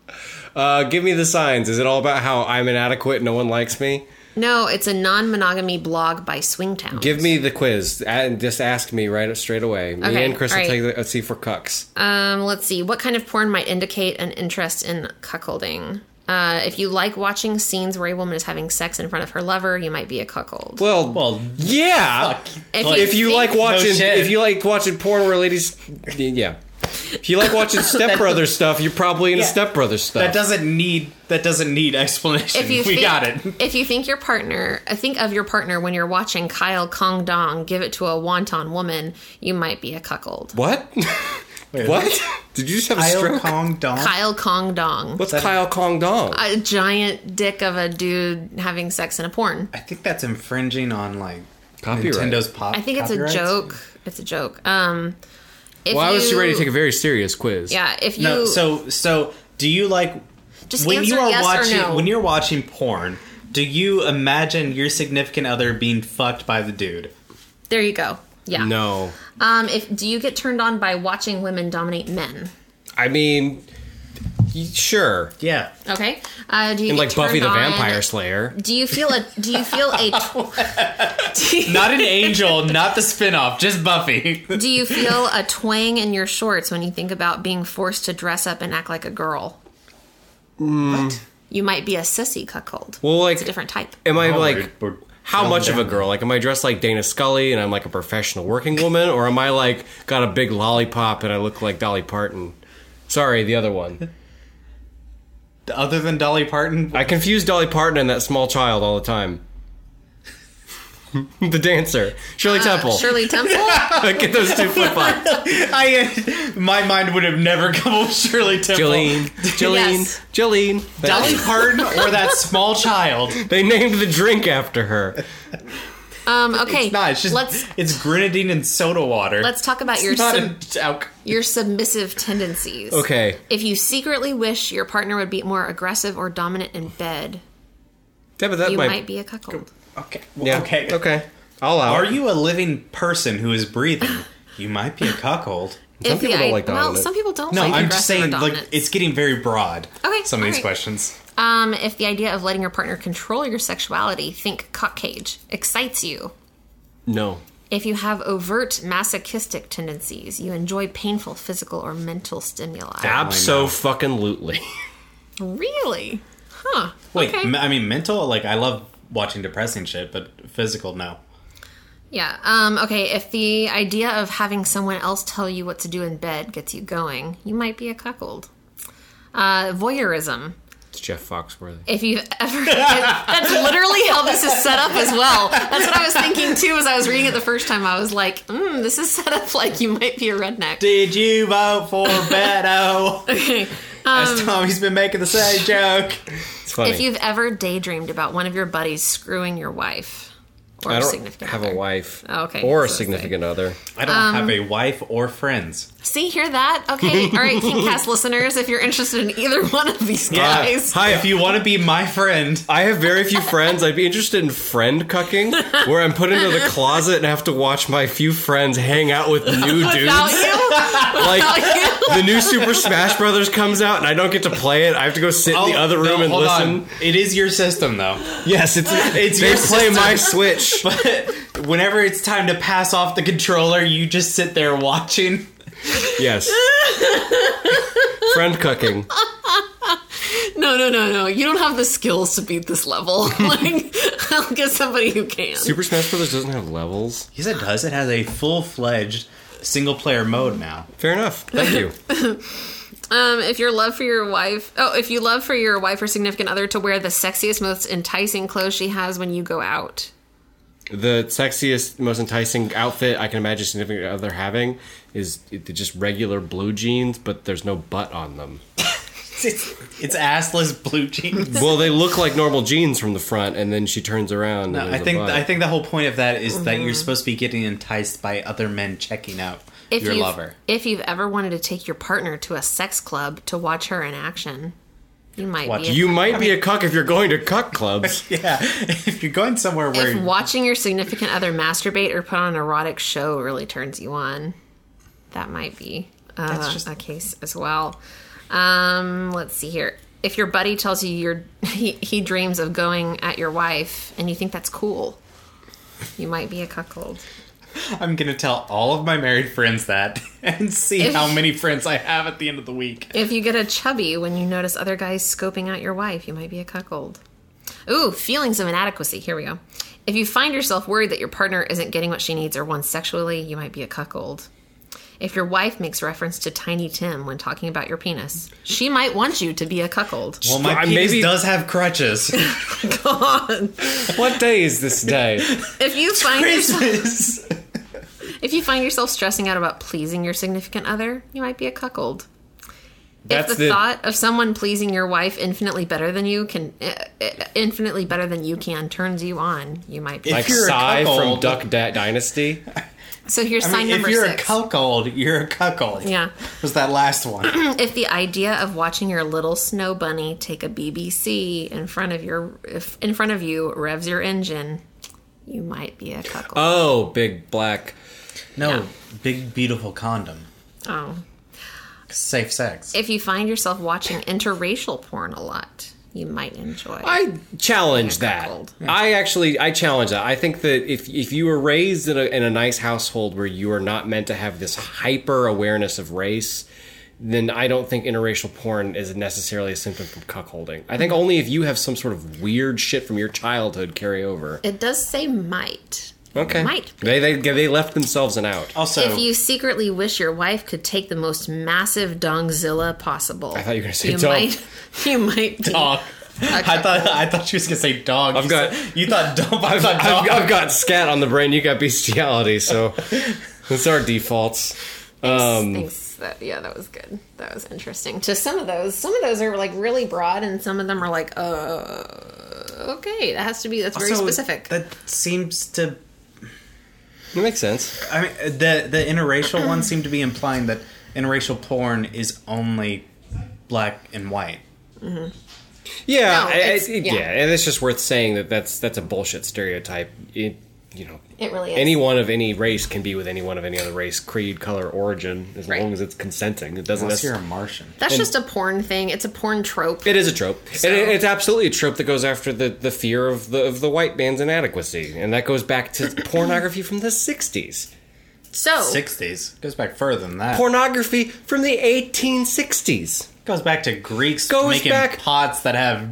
[SPEAKER 1] Uh, give me the signs. Is it all about how I'm inadequate, no one likes me?
[SPEAKER 3] no, it's a non-monogamy blog by Swingtown.
[SPEAKER 1] Give me the quiz and just ask me right straight away. Me
[SPEAKER 3] Okay,
[SPEAKER 1] and Chris will
[SPEAKER 3] all right.
[SPEAKER 1] take the, let's see for cucks.
[SPEAKER 3] um, let's see. What kind of porn might indicate an interest in cuckolding? Uh, if you like watching scenes where a woman is having sex in front of her lover, you might be a cuckold.
[SPEAKER 1] well,
[SPEAKER 2] Well,
[SPEAKER 1] yeah.
[SPEAKER 3] If
[SPEAKER 2] Like,
[SPEAKER 3] you
[SPEAKER 1] if you
[SPEAKER 3] think-
[SPEAKER 1] like watching
[SPEAKER 2] No shit.
[SPEAKER 1] if you like watching porn where ladies yeah if you like watching stepbrother stuff you're probably into
[SPEAKER 2] Yeah.
[SPEAKER 1] stepbrother stuff
[SPEAKER 2] that doesn't need that doesn't need explanation.
[SPEAKER 3] if you
[SPEAKER 2] we
[SPEAKER 3] think,
[SPEAKER 2] got it.
[SPEAKER 3] If you think your partner, think of your partner when you're watching Kyle Kong Dong give it to a wanton woman, you might be a cuckold.
[SPEAKER 1] what what did you just have a
[SPEAKER 2] Kyle
[SPEAKER 1] stroke
[SPEAKER 2] Kong Dong.
[SPEAKER 3] Kyle Kong Dong,
[SPEAKER 1] what's kyle kong dong
[SPEAKER 3] a giant dick of a dude having sex in a porn.
[SPEAKER 2] I think that's infringing on like
[SPEAKER 1] Copyright.
[SPEAKER 2] Nintendo's pop.
[SPEAKER 3] I think it's a
[SPEAKER 2] copyrights.
[SPEAKER 3] joke. It's a joke. Um, if
[SPEAKER 1] well i was
[SPEAKER 3] you-
[SPEAKER 1] ready to take a very serious quiz
[SPEAKER 3] Yeah, if you
[SPEAKER 2] No, so so do you like
[SPEAKER 3] just
[SPEAKER 2] when
[SPEAKER 3] answer
[SPEAKER 2] you are
[SPEAKER 3] yes
[SPEAKER 2] watching
[SPEAKER 3] or no.
[SPEAKER 2] when you're watching porn? Do you imagine your significant other being fucked by the dude?
[SPEAKER 3] there you go. Yeah.
[SPEAKER 1] no
[SPEAKER 3] Um, if do you get turned on by watching women dominate men?
[SPEAKER 1] i mean y- sure
[SPEAKER 2] Yeah,
[SPEAKER 3] Okay. Uh, do you
[SPEAKER 1] and
[SPEAKER 3] get
[SPEAKER 1] like buffy
[SPEAKER 3] turned
[SPEAKER 1] the
[SPEAKER 3] on-
[SPEAKER 1] vampire slayer
[SPEAKER 3] Do you feel a do you feel a do you-
[SPEAKER 2] not an angel, not the spinoff, just Buffy.
[SPEAKER 3] Do you feel a twang in your shorts when you think about being forced to dress up and act like a girl? You might be a sissy cuckold.
[SPEAKER 1] well like
[SPEAKER 3] it's a different type.
[SPEAKER 1] am i
[SPEAKER 2] Oh,
[SPEAKER 1] like
[SPEAKER 2] we're- we're
[SPEAKER 1] how much of
[SPEAKER 2] down.
[SPEAKER 1] a girl? Like, am I dressed like Dana Scully and I'm like a professional working woman, or am I like got a big lollipop and I look like Dolly Parton? Sorry, the other one.
[SPEAKER 2] Other than Dolly Parton,
[SPEAKER 1] I confuse Dolly Parton and that small child all the time. the dancer, Shirley Temple.
[SPEAKER 3] Uh, Shirley Temple.
[SPEAKER 1] Get those two flip ups.
[SPEAKER 2] I my mind would have never come up with Shirley Temple,
[SPEAKER 1] Jolene, Jolene,
[SPEAKER 3] Yes.
[SPEAKER 1] Jolene. They-
[SPEAKER 2] Dolly Parton, or that small child.
[SPEAKER 1] They named the drink after her.
[SPEAKER 3] Um, okay,
[SPEAKER 2] It's not. It's just
[SPEAKER 3] let's
[SPEAKER 2] it's grenadine and soda water.
[SPEAKER 3] let's talk about your
[SPEAKER 2] It's not an
[SPEAKER 3] sub-
[SPEAKER 2] alc-
[SPEAKER 3] your submissive tendencies.
[SPEAKER 1] Okay,
[SPEAKER 3] If you secretly wish your partner would be more aggressive or dominant in bed,
[SPEAKER 1] yeah, but that
[SPEAKER 3] you
[SPEAKER 1] might.
[SPEAKER 3] might be a cuckold.
[SPEAKER 2] Okay.
[SPEAKER 1] yeah.
[SPEAKER 2] Okay.
[SPEAKER 1] Okay. All out.
[SPEAKER 2] Are you a living person who is breathing? You might be a cuckold.
[SPEAKER 1] Some
[SPEAKER 3] If
[SPEAKER 1] people
[SPEAKER 3] the-
[SPEAKER 1] don't like
[SPEAKER 3] well,
[SPEAKER 1] dominant.
[SPEAKER 3] some people don't.
[SPEAKER 2] No,
[SPEAKER 3] like
[SPEAKER 2] I'm
[SPEAKER 3] aggressive
[SPEAKER 2] just
[SPEAKER 3] or
[SPEAKER 2] saying, like
[SPEAKER 3] dominant.
[SPEAKER 2] it's getting very broad.
[SPEAKER 3] Okay,
[SPEAKER 2] Some of these
[SPEAKER 3] alright.
[SPEAKER 2] questions.
[SPEAKER 3] Um, if the idea of letting your partner control your sexuality, think cock cage, excites you.
[SPEAKER 1] no.
[SPEAKER 3] If you have overt masochistic tendencies, you enjoy painful physical or mental stimuli.
[SPEAKER 1] Abso fucking lootly.
[SPEAKER 3] Really? Huh.
[SPEAKER 2] Wait,
[SPEAKER 3] okay.
[SPEAKER 2] m- I mean mental. Like I love watching depressing shit, but physical, no.
[SPEAKER 3] yeah. Um, okay. If the idea of having someone else tell you what to do in bed gets you going, you might be a cuckold. Uh, voyeurism.
[SPEAKER 1] It's Jeff Foxworthy.
[SPEAKER 3] If you've ever, that's literally how this is set up as well. That's what I was thinking too as I was reading it the first time. I was like, mm, this is set up like you might be a redneck.
[SPEAKER 2] Did you vote for Beto? As Tommy's been making the same joke.
[SPEAKER 1] It's funny.
[SPEAKER 3] If you've ever daydreamed about one of your buddies screwing your wife, Or
[SPEAKER 1] I
[SPEAKER 3] a
[SPEAKER 1] don't
[SPEAKER 3] significant
[SPEAKER 1] have
[SPEAKER 3] other.
[SPEAKER 1] a wife
[SPEAKER 3] Oh, okay.
[SPEAKER 1] or a
[SPEAKER 3] So it's
[SPEAKER 1] significant other.
[SPEAKER 2] I don't have a wife or friends.
[SPEAKER 3] See, hear that? Okay. All right, Kingcast listeners, if you're interested in either one of these guys.
[SPEAKER 2] Uh, Hi, if you want to be my friend,
[SPEAKER 1] I have very few friends. I'd be interested in friend cucking, where I'm put into the closet and have to watch my few friends hang out with new
[SPEAKER 3] Without
[SPEAKER 1] dudes.
[SPEAKER 3] you,
[SPEAKER 1] Like
[SPEAKER 3] without you.
[SPEAKER 1] the new Super Smash Brothers comes out and I don't get to play it. I have to go sit in the
[SPEAKER 2] Oh,
[SPEAKER 1] other room
[SPEAKER 2] no,
[SPEAKER 1] and
[SPEAKER 2] hold
[SPEAKER 1] listen.
[SPEAKER 2] on. It is your system, though.
[SPEAKER 1] Yes, it's it's they
[SPEAKER 2] your
[SPEAKER 1] play my Switch.
[SPEAKER 2] But whenever it's time to pass off the controller, you just sit there watching.
[SPEAKER 1] Yes. Friend cucking.
[SPEAKER 3] No, no, no, no. You don't have the skills to beat this level. like, I'll get somebody who can.
[SPEAKER 1] Super Smash Brothers doesn't have levels.
[SPEAKER 2] Yes, it does. It has a full fledged single player mode now.
[SPEAKER 1] Fair enough. Thank you.
[SPEAKER 3] Um, if your love for your wife, oh, if you love for your wife or significant other to wear the sexiest, most enticing clothes she has when you go out.
[SPEAKER 1] The sexiest, most enticing outfit I can imagine significant other having is just regular blue jeans, but there's no butt on them.
[SPEAKER 2] It's, it's assless blue jeans.
[SPEAKER 1] Well, they look like normal jeans from the front, and then she turns around. and
[SPEAKER 2] I
[SPEAKER 1] there's a
[SPEAKER 2] think
[SPEAKER 1] butt.
[SPEAKER 2] I think the whole point of that is
[SPEAKER 3] Mm-hmm.
[SPEAKER 2] that you're supposed to be getting enticed by other men checking out
[SPEAKER 3] If
[SPEAKER 2] your
[SPEAKER 3] you've-
[SPEAKER 2] lover.
[SPEAKER 3] If you've ever wanted to take your partner to a sex club to watch her in action, you might
[SPEAKER 2] Watch-
[SPEAKER 3] be.
[SPEAKER 1] you might be a cuck if you're going to cuck clubs.
[SPEAKER 2] Yeah, if you're going somewhere
[SPEAKER 3] if
[SPEAKER 2] where
[SPEAKER 3] watching your significant other masturbate or put on an erotic show really turns you on, that might be uh,
[SPEAKER 2] That's just-
[SPEAKER 3] a case as well. Um, let's see here. If your buddy tells you you're, he, he dreams of going at your wife and you think that's cool, you might be a cuckold.
[SPEAKER 2] I'm gonna tell all of my married friends that and see
[SPEAKER 3] If-
[SPEAKER 2] how many friends I have at the end of the week.
[SPEAKER 3] If you get a chubby when you notice other guys scoping out your wife, you might be a cuckold. Ooh, feelings of inadequacy. Here we go. If you find yourself worried that your partner isn't getting what she needs or wants sexually, you might be a cuckold. If your wife makes reference to Tiny Tim when talking about your penis, she might want you to be a cuckold.
[SPEAKER 2] Well, my
[SPEAKER 1] I-
[SPEAKER 2] penis
[SPEAKER 1] maybe-
[SPEAKER 2] does have crutches.
[SPEAKER 1] what day is this day?
[SPEAKER 3] If you find yourself,
[SPEAKER 2] Christmas.
[SPEAKER 3] if you find yourself stressing out about pleasing your significant other, you might be a cuckold.
[SPEAKER 1] That's
[SPEAKER 3] if the, thought of someone pleasing your wife infinitely better than you can, uh, uh, infinitely better than you can, turns you on, you might be.
[SPEAKER 1] like
[SPEAKER 2] If you're a
[SPEAKER 1] Psy from
[SPEAKER 2] cuckold-
[SPEAKER 1] Duck da- Dynasty.
[SPEAKER 3] So here's
[SPEAKER 2] I
[SPEAKER 3] sign
[SPEAKER 2] mean, if
[SPEAKER 3] number
[SPEAKER 2] you're
[SPEAKER 3] six.
[SPEAKER 2] a cuckold, you're a cuckold.
[SPEAKER 3] yeah.
[SPEAKER 2] Was that last one?
[SPEAKER 3] If the idea of watching your little snow bunny take a BBC in front of your if in front of you revs your engine, you might be a cuckold.
[SPEAKER 2] Uh,
[SPEAKER 1] Oh, big black.
[SPEAKER 2] No,
[SPEAKER 3] Yeah.
[SPEAKER 2] big beautiful condom.
[SPEAKER 3] oh.
[SPEAKER 2] Safe sex.
[SPEAKER 3] If you find yourself watching interracial porn a lot, you might enjoy.
[SPEAKER 1] I challenge
[SPEAKER 3] Yeah,
[SPEAKER 1] that.
[SPEAKER 3] cuckold.
[SPEAKER 1] I actually I challenge that. I think that if if you were raised in a, in a nice household where you are not meant to have this hyper awareness of race, then I don't think interracial porn is necessarily a symptom from cuckolding. I think only if you have some sort of weird shit from your childhood carry over.
[SPEAKER 3] it does say might.
[SPEAKER 1] Okay,
[SPEAKER 3] Might.
[SPEAKER 1] they they they left themselves an out.
[SPEAKER 2] also,
[SPEAKER 3] if you secretly wish your wife could take the most massive dongzilla possible, I
[SPEAKER 1] thought you were gonna say
[SPEAKER 3] you
[SPEAKER 1] dong.
[SPEAKER 3] might. You might be.
[SPEAKER 2] dog. I
[SPEAKER 3] cuckold.
[SPEAKER 2] thought I thought she was gonna say dog.
[SPEAKER 1] I've
[SPEAKER 2] You
[SPEAKER 1] got-
[SPEAKER 2] said- you thought dump. I thought dog.
[SPEAKER 1] I've, I've got scat on the brain. You got bestiality. So that's our defaults. Um,
[SPEAKER 3] Thanks. That, yeah, that was good. That was interesting. To some of those, some of those are like really broad, and some of them are like, uh, okay, that has to be that's very
[SPEAKER 2] Also,
[SPEAKER 3] specific.
[SPEAKER 2] That seems to.
[SPEAKER 1] That makes sense.
[SPEAKER 2] I mean, uh, the the interracial one seemed to be implying that interracial porn is only black and white.
[SPEAKER 1] Yeah,
[SPEAKER 3] No,
[SPEAKER 1] I- I-
[SPEAKER 3] it's-
[SPEAKER 1] it-
[SPEAKER 3] yeah.
[SPEAKER 1] yeah. and it's just worth saying that that's that's a bullshit stereotype. It you know
[SPEAKER 3] it really is.
[SPEAKER 1] anyone of any race can be with anyone of any other race, creed, color, origin, as
[SPEAKER 3] Right.
[SPEAKER 1] long as it's consenting. It doesn't.
[SPEAKER 2] Unless you're a
[SPEAKER 1] necessarily
[SPEAKER 2] Martian.
[SPEAKER 3] that's just a porn thing. It's a porn trope.
[SPEAKER 1] It is a trope, and it, it's absolutely a trope that goes after the, the fear of the of the white man's inadequacy, and that goes back to pornography from the '60s,
[SPEAKER 3] so
[SPEAKER 2] Sixties goes back further than that.
[SPEAKER 1] pornography from the 1860s.
[SPEAKER 2] goes back to Greeks
[SPEAKER 1] Goes
[SPEAKER 2] making
[SPEAKER 1] back-
[SPEAKER 2] pots that have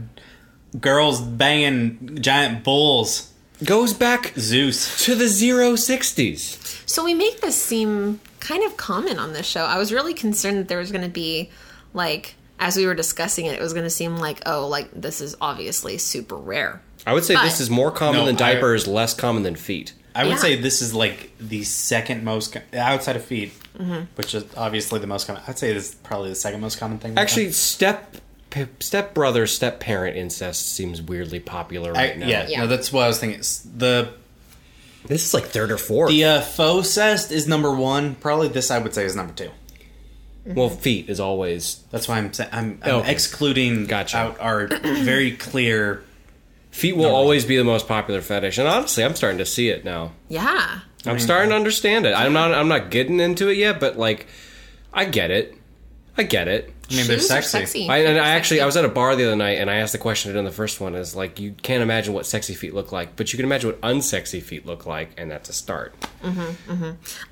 [SPEAKER 2] girls banging giant bulls.
[SPEAKER 1] Goes back
[SPEAKER 2] Zeus.
[SPEAKER 1] to the zero sixties.
[SPEAKER 3] So we make this seem kind of common on this show. I was really concerned that there was going to be like as we were discussing it, it was going to seem like oh, like this is obviously super rare.
[SPEAKER 1] I would say
[SPEAKER 3] But-
[SPEAKER 1] this is more common
[SPEAKER 2] No,
[SPEAKER 1] than
[SPEAKER 2] I-
[SPEAKER 1] diapers, less common than feet.
[SPEAKER 2] I would
[SPEAKER 3] Yeah.
[SPEAKER 2] say this is like the second most co- outside of feet, which is obviously the most common. I'd say this is probably the second most common thing.
[SPEAKER 1] Actually, step p- step brother, step parent incest seems weirdly popular
[SPEAKER 2] I-
[SPEAKER 1] right now.
[SPEAKER 2] yeah,
[SPEAKER 3] Yeah.
[SPEAKER 2] no, that's what I was thinking. It's the
[SPEAKER 4] This is like third or fourth.
[SPEAKER 2] The uh, faux cest is number one. Probably this I would say is number two.
[SPEAKER 4] well, feet is always
[SPEAKER 2] That's why I'm saying I'm, I'm
[SPEAKER 4] Okay.
[SPEAKER 2] excluding
[SPEAKER 4] Gotcha.
[SPEAKER 2] out our very clear.
[SPEAKER 1] Feet will always be the most popular fetish, and honestly, I'm starting to see it now.
[SPEAKER 3] Yeah.
[SPEAKER 1] I'm
[SPEAKER 2] Mm-hmm.
[SPEAKER 1] starting to understand it. I'm not I'm not getting into it yet, but like I get it. I get it.
[SPEAKER 2] I mean, they're
[SPEAKER 3] Shoes are
[SPEAKER 2] sexy.
[SPEAKER 3] sexy.
[SPEAKER 1] I, and I actually I was at a bar the other night and I asked the question in the first one is like you can't imagine what sexy feet look like, but you can imagine what unsexy feet look like, and that's a start.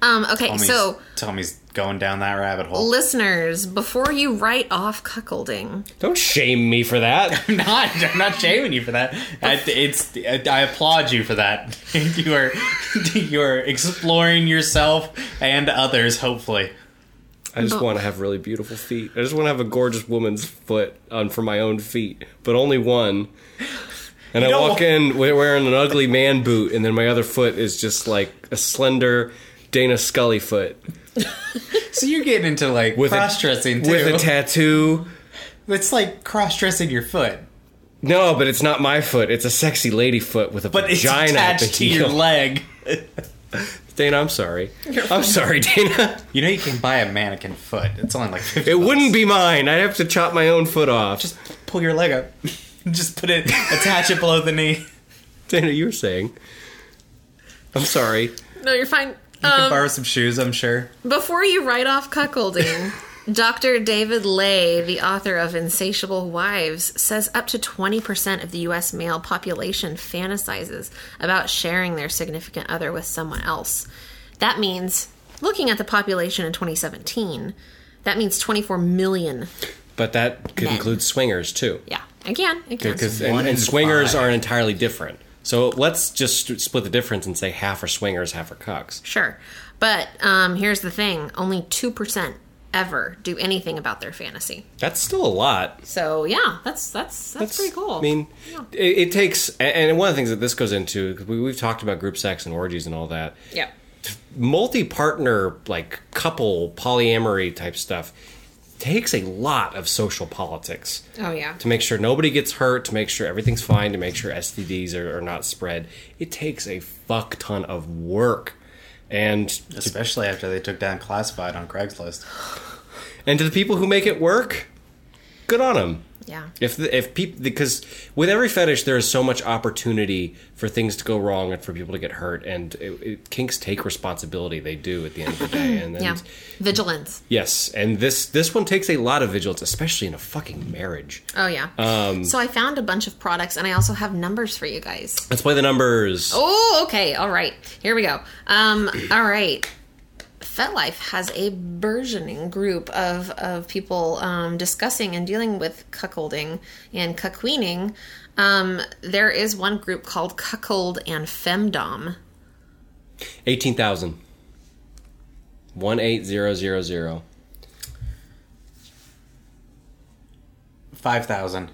[SPEAKER 3] Um, okay,
[SPEAKER 2] Tommy's,
[SPEAKER 3] so
[SPEAKER 2] Tommy's going down that rabbit hole.
[SPEAKER 3] listeners, before you write off cuckolding,
[SPEAKER 1] Don't shame me for that.
[SPEAKER 2] I'm not. I'm not shaming you for that. I, it's. I applaud you for that. you are. You are exploring yourself and others. Hopefully,
[SPEAKER 1] I just
[SPEAKER 3] But-
[SPEAKER 1] want to have really beautiful feet. I just want to have a gorgeous woman's foot on for my own feet, but only one. And I
[SPEAKER 2] don't
[SPEAKER 1] walk
[SPEAKER 2] want-
[SPEAKER 1] in we- wearing an ugly man boot, and then my other foot is just like a slender Dana Scully foot
[SPEAKER 2] so you're getting into like
[SPEAKER 1] With a-
[SPEAKER 2] cross dressing too.
[SPEAKER 1] with a tattoo.
[SPEAKER 2] it's like cross dressing your foot,
[SPEAKER 1] No, but it's not my foot. It's a sexy lady foot with a
[SPEAKER 2] but it's
[SPEAKER 1] vagina at the
[SPEAKER 2] attached to your
[SPEAKER 1] heel.
[SPEAKER 2] leg.
[SPEAKER 1] Dana, I'm sorry. I'm sorry, Dana.
[SPEAKER 2] You know you can buy a mannequin foot. It's only like 50
[SPEAKER 1] It
[SPEAKER 2] bucks.
[SPEAKER 1] wouldn't be mine. I'd have to chop my own foot off.
[SPEAKER 2] Just pull your leg up. Just put it, attach it below the knee. You
[SPEAKER 1] Dana, you were saying. I'm sorry.
[SPEAKER 3] no, you're fine.
[SPEAKER 2] can
[SPEAKER 3] Um,
[SPEAKER 2] borrow some shoes, I'm sure.
[SPEAKER 3] before you write off cuckolding, Dr. David Lay, the author of Insatiable Wives, says up to 20% of the U.S. male population fantasizes about sharing their significant other with someone else. That means, looking at the population in 2017, that means 24 million.
[SPEAKER 1] But that could
[SPEAKER 3] Men.
[SPEAKER 1] include swingers too.
[SPEAKER 3] Yeah, again, again.
[SPEAKER 1] because and,
[SPEAKER 2] One
[SPEAKER 1] and
[SPEAKER 2] in
[SPEAKER 1] swingers
[SPEAKER 2] five.
[SPEAKER 1] are entirely different. So let's just st- split the difference and say half are swingers, half are cucks.
[SPEAKER 3] Sure. But um, here's the thing only 2% ever do anything about their fantasy.
[SPEAKER 1] That's still a lot.
[SPEAKER 3] So, yeah, that's that's that's, pretty cool.
[SPEAKER 1] I mean, it, it takes, a- and one of the things that this goes into, 'cause we, we've talked about group sex and orgies and all that.
[SPEAKER 3] yeah.
[SPEAKER 1] Multi-partner, like couple polyamory type stuff, takes a lot of social politics.
[SPEAKER 3] Oh, yeah.
[SPEAKER 1] to make sure nobody gets hurt, to make sure everything's fine, to make sure STDs are, are not spread. It takes a fuck ton of work. And
[SPEAKER 2] Especially after they took down classified on Craigslist.
[SPEAKER 1] and to the people who make it work, good on them.
[SPEAKER 3] Yeah.
[SPEAKER 1] If the, if people because with every fetish there is so much opportunity for things to go wrong and for people to get hurt and it, it, kinks take responsibility they do at the end of the day and, and
[SPEAKER 3] Yeah. Vigilance.
[SPEAKER 1] yes and this this one takes a lot of vigilance especially in a fucking marriage.
[SPEAKER 3] Oh, yeah. so, I found a bunch of products and I also have numbers for you guys.
[SPEAKER 1] Let's play the numbers.
[SPEAKER 3] Oh, okay. All right. Here we go. Um, all right. FetLife has a burgeoning group of, of people um, discussing and dealing with cuckolding and cuckweening. Um, there is one group called Cuckold and Femdom.
[SPEAKER 1] 18,000. 18000.
[SPEAKER 2] 5,000.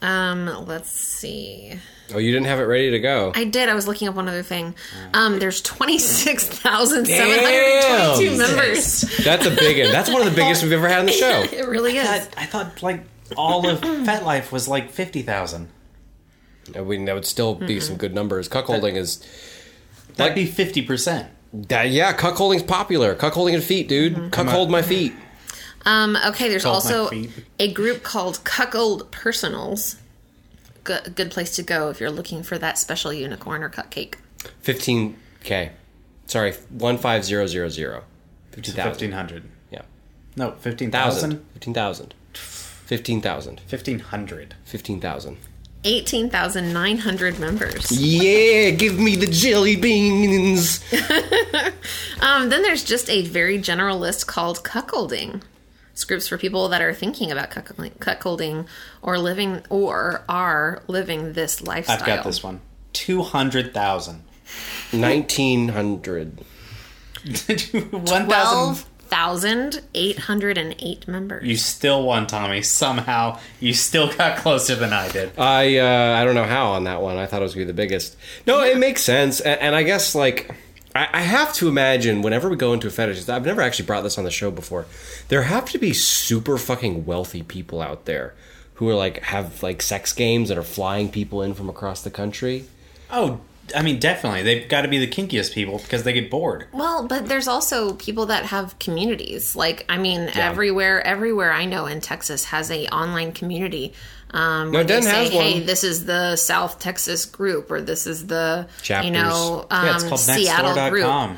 [SPEAKER 3] Um, let's see.
[SPEAKER 1] Oh, you didn't have it ready to go.
[SPEAKER 3] I did. I was looking up one other thing.
[SPEAKER 2] Oh.
[SPEAKER 3] Um, there's 26,722
[SPEAKER 1] Damn.
[SPEAKER 3] members.
[SPEAKER 1] That's a big one. That's one of the biggest we've ever had on the show.
[SPEAKER 3] It really
[SPEAKER 2] I,
[SPEAKER 3] is.
[SPEAKER 2] I thought like all of FetLife was like 50,000.
[SPEAKER 1] I mean, that would still be some good numbers. Cuckolding is.
[SPEAKER 2] That'd be 50%.
[SPEAKER 1] That, yeah, cuckolding's popular. Cuckolding and feet, dude. Cuckold my feet.
[SPEAKER 3] Um, okay, there's
[SPEAKER 2] Called my
[SPEAKER 3] also
[SPEAKER 2] feet.
[SPEAKER 3] a group called Cuckold Personals. Good, good place to go if you're looking for that special unicorn or cupcake.
[SPEAKER 1] 15K. Sorry, 15000. 15,000.
[SPEAKER 2] 1,500.
[SPEAKER 1] Yeah.
[SPEAKER 2] No,
[SPEAKER 1] 1,000.
[SPEAKER 2] 15,000.
[SPEAKER 1] 15,000. 15,000.
[SPEAKER 2] 1,500.
[SPEAKER 1] 15,000.
[SPEAKER 3] 18,900 members.
[SPEAKER 1] Yeah, give me the jelly beans.
[SPEAKER 3] Um, then there's just a very general list called cuckolding. It's groups for people that are thinking about cuckolding, cuckolding or living or are living this lifestyle.
[SPEAKER 2] I've got this one. 200,000.
[SPEAKER 1] 1900.
[SPEAKER 2] 1,000.
[SPEAKER 3] 12,808 members.
[SPEAKER 2] You still won, Tommy. Somehow, you still got closer than I did.
[SPEAKER 1] I uh, I don't know how on that one. I thought it was gonna be the biggest. No, it makes sense, and, and I guess like I, I have to imagine whenever we go into a fetish, I've never actually brought this on the show before. There have to be super fucking wealthy people out there who are like have like sex games that are flying people in from across the country.
[SPEAKER 2] Oh, I mean, definitely they've got to be the kinkiest people because they get bored.
[SPEAKER 3] Well, but there's also people that have communities. Like, I mean, everywhere, everywhere I know in Texas has a online community. Um, where they
[SPEAKER 1] Denton
[SPEAKER 3] say,
[SPEAKER 1] has
[SPEAKER 3] hey,
[SPEAKER 1] one.
[SPEAKER 3] this is the South Texas group, or this is the you know um,
[SPEAKER 2] yeah, it's called
[SPEAKER 3] Seattle group.
[SPEAKER 2] nextdoor.com.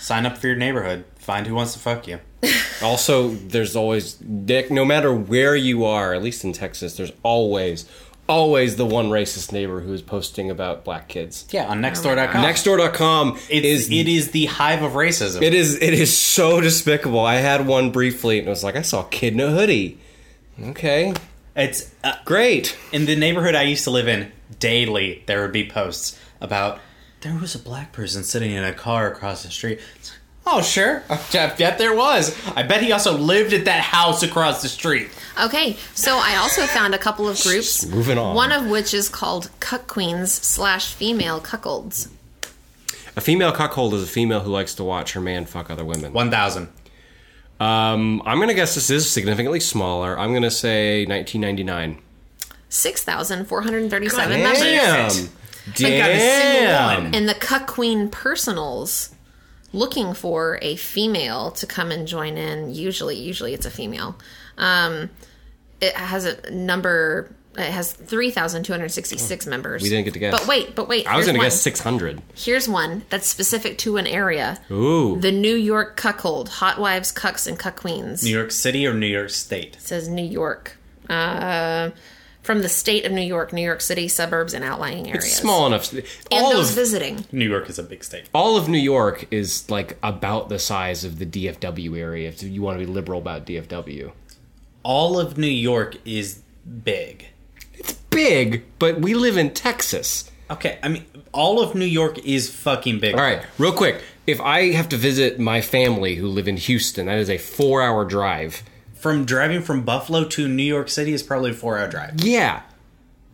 [SPEAKER 2] Sign up for your neighborhood. Find who wants to fuck you.
[SPEAKER 4] Also, there's always Dick. No matter where you are, at least in Texas, there's always, always the one racist neighbor who is posting about black kids.
[SPEAKER 2] Yeah,
[SPEAKER 3] Oh
[SPEAKER 2] on nextdoor.com.
[SPEAKER 4] Nextdoor.com
[SPEAKER 2] it
[SPEAKER 4] is
[SPEAKER 2] is it is the hive of racism.
[SPEAKER 4] It is it is so despicable. I had one briefly and it was like I saw a kid in a hoodie. Okay.
[SPEAKER 2] It's uh,
[SPEAKER 4] Great.
[SPEAKER 2] in the neighborhood I used to live in. Daily, there would be posts about there was a black person sitting in a car across the street. It's like, Oh sure, I bet there was. I bet he also lived at that house across the street.
[SPEAKER 3] Okay, so I also found a couple of groups.
[SPEAKER 4] moving on.
[SPEAKER 3] One of which is called Cuck Queens slash Female Cuckolds.
[SPEAKER 1] A female cuckold is a female who likes to watch her man fuck other women.
[SPEAKER 2] One thousand.
[SPEAKER 1] Um, I'm gonna guess this is significantly smaller. I'm gonna say 1999.
[SPEAKER 3] Six thousand four hundred thirty-seven members.
[SPEAKER 1] Damn.
[SPEAKER 2] got a single
[SPEAKER 1] Damn.
[SPEAKER 2] one.
[SPEAKER 3] and the cuck queen personals looking for a female to come and join in usually usually it's a female um it has a number it has 3266 members we
[SPEAKER 1] didn't get to guess.
[SPEAKER 3] but wait but wait
[SPEAKER 1] I was
[SPEAKER 3] here's
[SPEAKER 1] gonna
[SPEAKER 3] one.
[SPEAKER 1] guess 600.
[SPEAKER 3] here's one that's specific to an area
[SPEAKER 1] Ooh.
[SPEAKER 3] the new york cuckold hot wives cucks and cuck queens
[SPEAKER 2] New York City or New York State?
[SPEAKER 3] says New York. Uh, from the state of New York, New York City suburbs and outlying areas.
[SPEAKER 1] Small enough.
[SPEAKER 3] And
[SPEAKER 1] All
[SPEAKER 3] those
[SPEAKER 1] of
[SPEAKER 3] visiting.
[SPEAKER 2] New York is a big state.
[SPEAKER 1] all of New York is like about the size of the DFW area. If you want to be liberal about DFW,
[SPEAKER 2] All of New York is big.
[SPEAKER 1] big, but we live in Texas.
[SPEAKER 2] Okay, I mean, all of New York is fucking big.
[SPEAKER 1] All right, real quick. If I have to visit my family who live in Houston, that is a four-hour drive.
[SPEAKER 2] From driving from Buffalo to New York City is probably a four hour drive.
[SPEAKER 1] Yeah,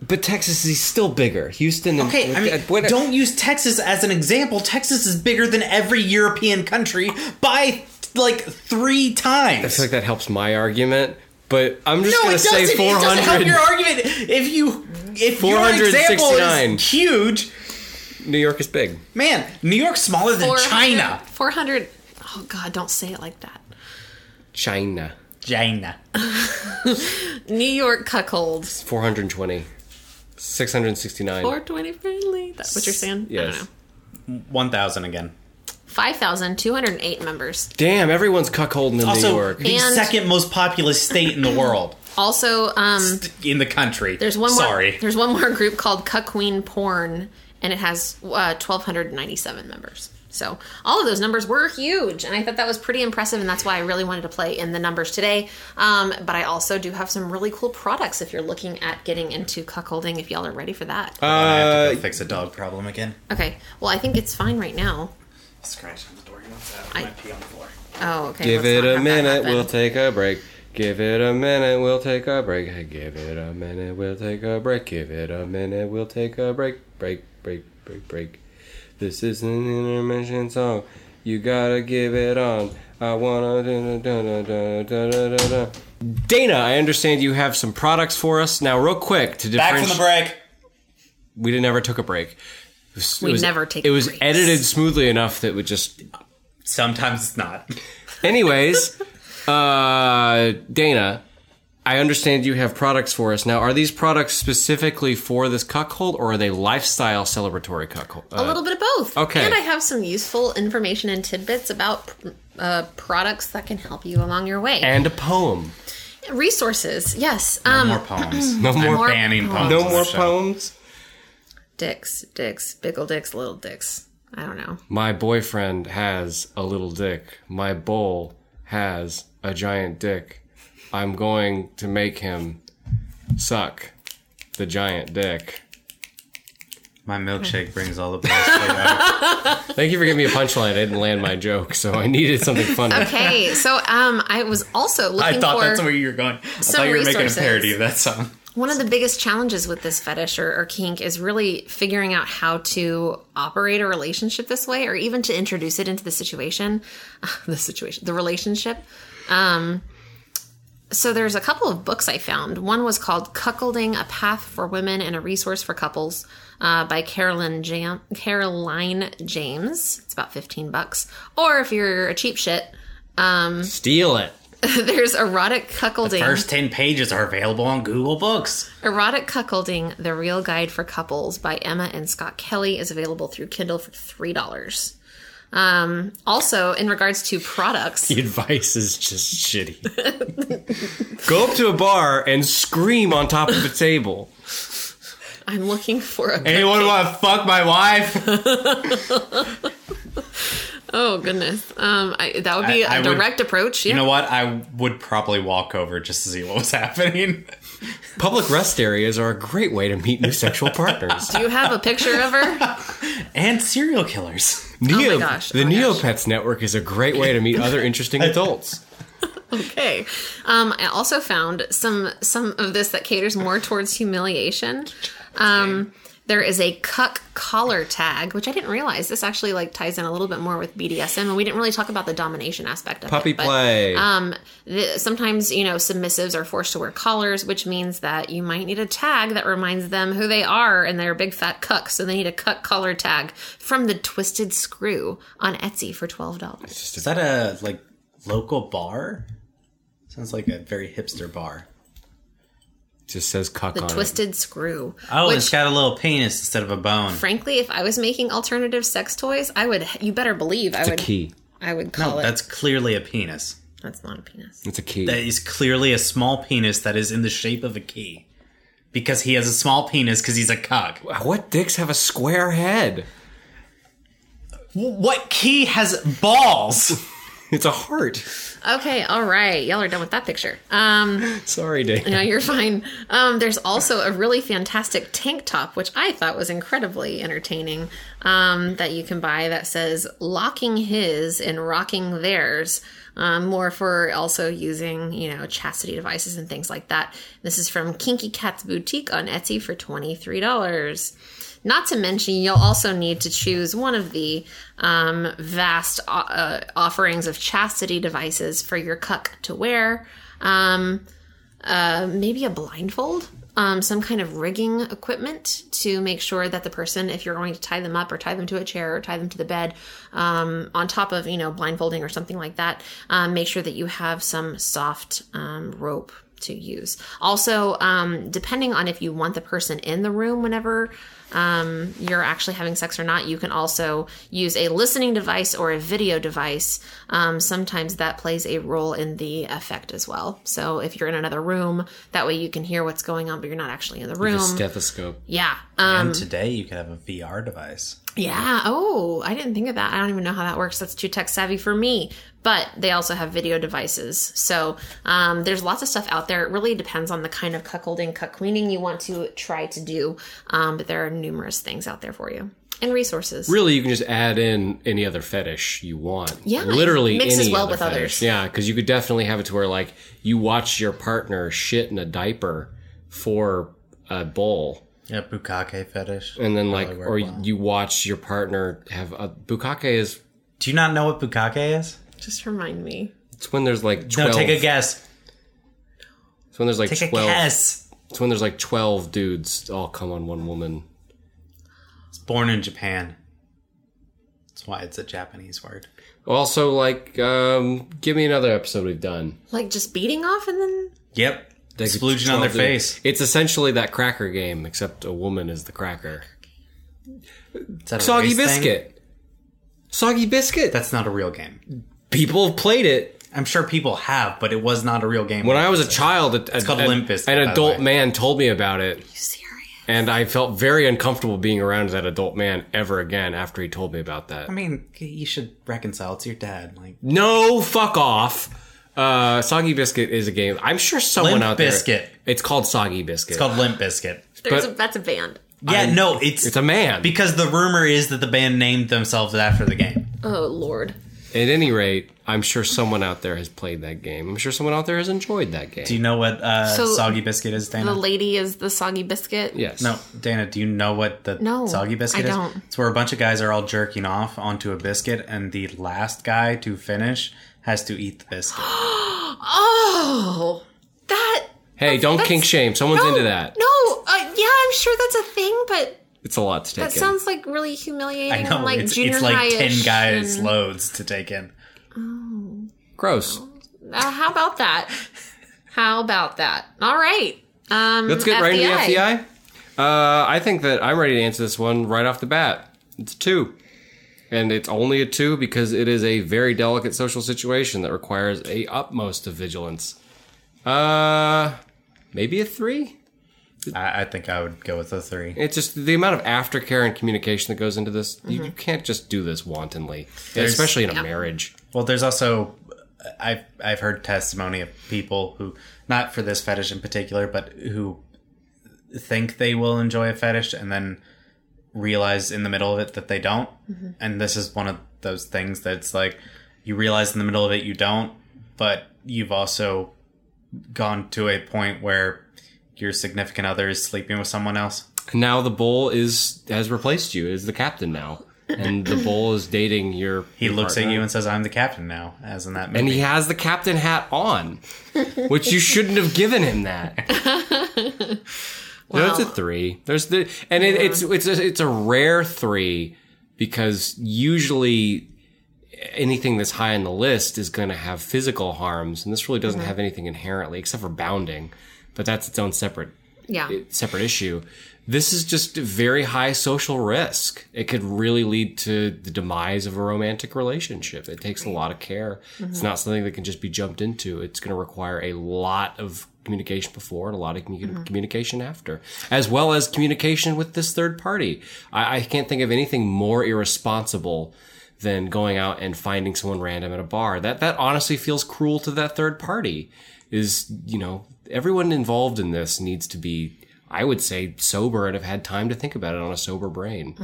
[SPEAKER 1] but Texas is still bigger. Houston. and-
[SPEAKER 2] Okay, I mean,
[SPEAKER 1] what-
[SPEAKER 2] don't use Texas as an example. Texas is bigger than every European country by like three times.
[SPEAKER 1] I feel like that helps my argument, but I'm just
[SPEAKER 2] no,
[SPEAKER 1] gonna
[SPEAKER 2] it doesn't.
[SPEAKER 1] say
[SPEAKER 2] It doesn't help
[SPEAKER 1] 400.
[SPEAKER 2] your argument if you if your example
[SPEAKER 1] 469.
[SPEAKER 2] is huge.
[SPEAKER 1] New York is big.
[SPEAKER 2] Man, New York's smaller than
[SPEAKER 3] 400
[SPEAKER 2] China.
[SPEAKER 3] 400. Oh, God, don't say it like that.
[SPEAKER 1] China,
[SPEAKER 2] China.
[SPEAKER 3] New York cuckolds.
[SPEAKER 1] 420, 669.
[SPEAKER 3] 420 friendly. That's what you're saying? I don't
[SPEAKER 1] Yes.
[SPEAKER 3] know.
[SPEAKER 2] One thousand again.
[SPEAKER 3] 5,208 members.
[SPEAKER 1] Damn, everyone's cuckolding in New
[SPEAKER 2] Also,
[SPEAKER 1] York.
[SPEAKER 2] the
[SPEAKER 3] And-
[SPEAKER 2] second most populous state in the world,
[SPEAKER 3] Also, um,
[SPEAKER 2] in the country.
[SPEAKER 3] there's one more.
[SPEAKER 2] Sorry.
[SPEAKER 3] There's one more group called Cuck Queen Porn, and it has uh, 1,297 members. So all of those numbers were huge, and I thought that was pretty impressive, and that's why I really wanted to play in the numbers today. Um, but I also do have some really cool products if you're looking at getting into cuckolding, if y'all are ready for that.
[SPEAKER 2] I
[SPEAKER 1] Uh,
[SPEAKER 2] have to go fix a dog problem again.
[SPEAKER 3] okay. Well, I think it's fine right now.
[SPEAKER 2] Scratch on the door. He wants out.
[SPEAKER 3] I-
[SPEAKER 2] might pee on the floor.
[SPEAKER 3] Oh, okay.
[SPEAKER 4] Give
[SPEAKER 3] let's
[SPEAKER 4] it
[SPEAKER 3] not
[SPEAKER 4] a
[SPEAKER 3] have that
[SPEAKER 4] minute,
[SPEAKER 3] happen.
[SPEAKER 4] we'll take a break. Give it a minute, we'll take a break. Hey, Give it a minute, we'll take a break. Give it a minute, we'll take a break. Break, break, break, break. This is an intermission song. You gotta give it on. I wanna da da da da da da da da.
[SPEAKER 1] Dana, I understand you have some products for us. Now, real quick, to
[SPEAKER 2] Back from
[SPEAKER 1] differentiate.
[SPEAKER 2] the break.
[SPEAKER 1] We didn't- never took a break. It was- it
[SPEAKER 3] We
[SPEAKER 1] was-
[SPEAKER 3] never take
[SPEAKER 1] It was
[SPEAKER 3] breaks.
[SPEAKER 1] edited smoothly enough that would just.
[SPEAKER 2] Sometimes it's not.
[SPEAKER 1] Anyways, uh, Dana, I understand you have products for us. Now, are these products specifically for this cuckold, or are they lifestyle celebratory cuckold? Uh,
[SPEAKER 3] a little bit of both.
[SPEAKER 1] okay.
[SPEAKER 3] And I have some useful information and tidbits about uh, products that can help you along your way.
[SPEAKER 1] and a poem.
[SPEAKER 3] Resources, yes. Um,
[SPEAKER 2] More poems.
[SPEAKER 1] No more.
[SPEAKER 3] More
[SPEAKER 2] Banning
[SPEAKER 3] poems.
[SPEAKER 2] poems.
[SPEAKER 4] No
[SPEAKER 2] on the
[SPEAKER 4] more
[SPEAKER 2] show.
[SPEAKER 4] poems.
[SPEAKER 3] dicks, dicks, biggle dicks, little dicks. I don't know.
[SPEAKER 1] My boyfriend has a little dick. My bull has a giant dick. I'm going to make him suck the giant dick.
[SPEAKER 2] My milkshake brings all the boys out.
[SPEAKER 1] Thank you for giving me a punchline. I didn't land my joke, so I needed something funny.
[SPEAKER 3] Okay, so um, I was also looking
[SPEAKER 2] I thought
[SPEAKER 3] for
[SPEAKER 2] that's where you were going. I
[SPEAKER 3] some
[SPEAKER 2] thought you were making a
[SPEAKER 3] resources.
[SPEAKER 2] parody of that song.
[SPEAKER 3] one of the biggest challenges with this fetish or, or kink is really figuring out how to operate a relationship this way, or even to introduce it into the situation, the situation, the relationship. Um, so there's a couple of books I found. One was called "Cuckolding: A Path for Women and a Resource for Couples" uh, by Carolyn Jam- Caroline James. It's about fifteen bucks, or if you're a cheap shit,
[SPEAKER 1] Steal it.
[SPEAKER 3] there's erotic cuckolding.
[SPEAKER 2] First 10 pages are available on Google Books.
[SPEAKER 3] Erotic Cuckolding: The Real Guide for Couples by Emma and Scott Kelly is available through Kindle for three dollars. Um, also, in regards to products,
[SPEAKER 1] The advice is just shitty. Go up to a bar and scream on top of a table.
[SPEAKER 3] I'm looking for a.
[SPEAKER 1] Anyone want to fuck my wife?
[SPEAKER 3] Oh goodness, um, I, that would be a
[SPEAKER 2] I- I would-
[SPEAKER 3] direct approach. Yeah.
[SPEAKER 2] You know what? I would probably walk over just to see what was happening.
[SPEAKER 1] Public rest areas are a great way to meet new sexual partners.
[SPEAKER 3] Do you have a picture of her?
[SPEAKER 2] And serial killers.
[SPEAKER 1] Neo,
[SPEAKER 3] gosh,
[SPEAKER 1] the
[SPEAKER 3] oh my gosh.
[SPEAKER 1] Neopets Network is a great way to meet other interesting adults.
[SPEAKER 3] Okay. Um, I also found some some of this that caters more towards humiliation. Um, there is a cuck collar tag, which I didn't realize. This actually like ties in a little bit more with BDSM, and we didn't really talk about the domination aspect of
[SPEAKER 1] Puppy
[SPEAKER 3] it. but,
[SPEAKER 1] play.
[SPEAKER 3] Um, the, sometimes you know submissives are forced to wear collars, which means that you might need a tag that reminds them who they are, and they're a big fat cuck, so they need a cuck collar tag from the Twisted Screw on Etsy for twelve dollars.
[SPEAKER 2] Is that a like local bar? Sounds like a very hipster bar.
[SPEAKER 1] just says cuck
[SPEAKER 3] The
[SPEAKER 1] on it.
[SPEAKER 3] Twisted Screw.
[SPEAKER 2] Oh,
[SPEAKER 3] which-
[SPEAKER 2] it's got a little penis instead of a bone.
[SPEAKER 3] frankly, if I was making alternative sex toys, I would. You better believe I
[SPEAKER 1] It's a
[SPEAKER 3] would.
[SPEAKER 1] key.
[SPEAKER 3] I would call
[SPEAKER 2] no,
[SPEAKER 3] it.
[SPEAKER 2] that's clearly a penis.
[SPEAKER 3] That's not a penis.
[SPEAKER 1] It's a key.
[SPEAKER 2] That is clearly a small penis that is in the shape of a key. Because he has a small penis because he's a cock.
[SPEAKER 1] what dicks have a square head?
[SPEAKER 2] What key has balls?
[SPEAKER 1] It's a heart.
[SPEAKER 3] Okay, all right, y'all are done with that picture. Um,
[SPEAKER 1] Sorry, Dave.
[SPEAKER 3] no, you're fine. Um, there's also a really fantastic tank top, which I thought was incredibly entertaining. Um, that you can buy that says "locking his" and "rocking theirs." Um, more for also using, you know, chastity devices and things like that. This is from Kinky Cat's Boutique on Etsy for twenty three dollars. Not to mention, you'll also need to choose one of the um, vast o- uh, offerings of chastity devices for your cuck to wear. Um, uh, maybe a blindfold, um, some kind of rigging equipment to make sure that the person, if you're going to tie them up or tie them to a chair or tie them to the bed, um, on top of you know blindfolding or something like that, um, make sure that you have some soft um, rope to use. Also, um, depending on if you want the person in the room whenever um, you're actually having sex or not, you can also use a listening device or a video device. Um, sometimes that plays a role in the effect as well. So if you're in another room, that way you can hear what's going on, but you're not actually in the room.
[SPEAKER 1] A stethoscope.
[SPEAKER 3] yeah. Um,
[SPEAKER 2] and today you could have a VR device.
[SPEAKER 3] yeah. Oh, I didn't think of that. I don't even know how that works. That's too tech savvy for me. But they also have video devices. So um, there's lots of stuff out there. It really depends on the kind of cuckolding, cuckweening you want to try to do. Um, but there are numerous things out there for you and resources.
[SPEAKER 1] Really, you can just add in any other fetish you want.
[SPEAKER 3] Yeah,
[SPEAKER 1] literally
[SPEAKER 3] it mixes
[SPEAKER 1] any
[SPEAKER 3] well
[SPEAKER 1] other
[SPEAKER 3] with
[SPEAKER 1] fetish.
[SPEAKER 3] others.
[SPEAKER 1] Yeah, because you could definitely have it to where like you watch your partner shit in a diaper for a bowl,
[SPEAKER 2] Yeah, bukake fetish.
[SPEAKER 1] and then like,
[SPEAKER 2] work
[SPEAKER 1] or
[SPEAKER 2] Oh, well.
[SPEAKER 1] you watch your partner have a bukake is
[SPEAKER 2] Do you not know what bukake is?
[SPEAKER 3] Just remind me.
[SPEAKER 1] it's when there's like
[SPEAKER 2] No,
[SPEAKER 1] twelve.
[SPEAKER 2] take a guess.
[SPEAKER 1] It's when there's like
[SPEAKER 2] Take
[SPEAKER 1] twelve.
[SPEAKER 2] a guess.
[SPEAKER 1] It's when there's like twelve dudes all come on one woman.
[SPEAKER 2] It's born in Japan. That's why it's a Japanese word.
[SPEAKER 1] Also, like, um, give me another episode we've done.
[SPEAKER 3] Like just beating off and then.
[SPEAKER 2] Yep.
[SPEAKER 1] Like,
[SPEAKER 2] Explosion on their
[SPEAKER 1] 12 dude-
[SPEAKER 2] face.
[SPEAKER 1] It's essentially that cracker game, except a woman is the cracker.
[SPEAKER 2] Is that a
[SPEAKER 1] Soggy
[SPEAKER 2] race thing?
[SPEAKER 1] biscuit. Soggy biscuit.
[SPEAKER 2] That's not a real game.
[SPEAKER 1] People have played it.
[SPEAKER 2] I'm sure people have, but it was not a real game.
[SPEAKER 1] When I was a child, a, it's
[SPEAKER 2] called Limp Bizkit, by
[SPEAKER 1] an
[SPEAKER 2] the
[SPEAKER 1] adult
[SPEAKER 2] way.
[SPEAKER 1] man told me about it,
[SPEAKER 3] Serious.
[SPEAKER 1] and I felt very uncomfortable being around that adult man ever again after he told me about that.
[SPEAKER 2] I mean, you should reconcile. It's your dad. Like
[SPEAKER 1] No, fuck off. Uh, Soggy Biscuit is a game. I'm sure someone
[SPEAKER 2] Limp
[SPEAKER 1] out there.
[SPEAKER 2] Bizkit.
[SPEAKER 1] It's called Soggy Biscuit.
[SPEAKER 2] it's called Limp Biscuit.
[SPEAKER 3] There's
[SPEAKER 1] But-
[SPEAKER 3] a, that's a band.
[SPEAKER 2] Yeah, no, it's,
[SPEAKER 1] It's a man.
[SPEAKER 2] because the rumor is that the band named themselves after the game.
[SPEAKER 3] Oh Lord.
[SPEAKER 1] At any rate, I'm sure someone out there has played that game. I'm sure someone out there has enjoyed that game.
[SPEAKER 2] Do you know what uh,
[SPEAKER 3] So-
[SPEAKER 2] soggy biscuit is, Dana?
[SPEAKER 3] The lady is the soggy biscuit.
[SPEAKER 1] yes.
[SPEAKER 2] no, Dana. Do you know what the
[SPEAKER 3] No,
[SPEAKER 2] soggy biscuit
[SPEAKER 3] I
[SPEAKER 2] is?
[SPEAKER 3] don't.
[SPEAKER 2] It's where a bunch of guys are all jerking off onto a biscuit, and the last guy to finish has to eat the biscuit.
[SPEAKER 3] Oh. That.
[SPEAKER 1] Hey, don't
[SPEAKER 3] that's-
[SPEAKER 1] kink shame. Someone's
[SPEAKER 3] no,
[SPEAKER 1] into that.
[SPEAKER 3] No, uh, yeah, I'm sure that's a thing, but
[SPEAKER 1] It's a lot to take
[SPEAKER 3] that
[SPEAKER 1] in.
[SPEAKER 3] sounds like really humiliating.
[SPEAKER 2] I know
[SPEAKER 3] like
[SPEAKER 2] it's,
[SPEAKER 3] junior
[SPEAKER 2] it's like ten
[SPEAKER 3] high-ish
[SPEAKER 2] guys
[SPEAKER 3] and-
[SPEAKER 2] loads to take in.
[SPEAKER 1] Gross.
[SPEAKER 3] Uh, how about that? How about that? All right. Um,
[SPEAKER 1] Let's get right into the
[SPEAKER 3] FBI.
[SPEAKER 1] FBI. Uh, I think that I'm ready to answer this one right off the bat. It's a two. And it's only a two because it is a very delicate social situation that requires a utmost of vigilance. Uh, maybe a three?
[SPEAKER 2] I, I think I would go with a three.
[SPEAKER 1] It's just the amount of aftercare and communication that goes into this. You, you can't just do this wantonly, especially in a marriage.
[SPEAKER 2] Well, there's also I've I've heard testimony of people who not for this fetish in particular, but who think they will enjoy a fetish and then realize in the middle of it that they don't. And this is one of those things that's like you realize in the middle of it you don't, but you've also gone to a point where your significant other is sleeping with someone else.
[SPEAKER 1] And now the bull is has replaced you. Is the captain now, and the bull is dating your.
[SPEAKER 2] He looks at you and says, "I'm the captain now," as in that movie.
[SPEAKER 1] and he has the captain hat on, which you shouldn't have given him that. No, it's a three. There's the and it, it's it's a, it's a rare three because usually anything that's high on the list is going to have physical harms, and this really
[SPEAKER 2] Mm-hmm.
[SPEAKER 1] doesn't have anything inherently except for bounding, but that's its own separate
[SPEAKER 3] Yeah.
[SPEAKER 1] separate issue. This is just very high social risk. It could really lead to the demise of a romantic relationship. It takes a lot of care. It's not something that can just be jumped into. It's going to require a lot of communication before and a lot of commu- communication after, as well as communication with this third party. I, I can't think of anything more irresponsible than going out and finding someone random at a bar. That that honestly feels cruel to that third party. Is you know everyone involved in this needs to be, I would say, sober and have had time to think about it on a sober brain.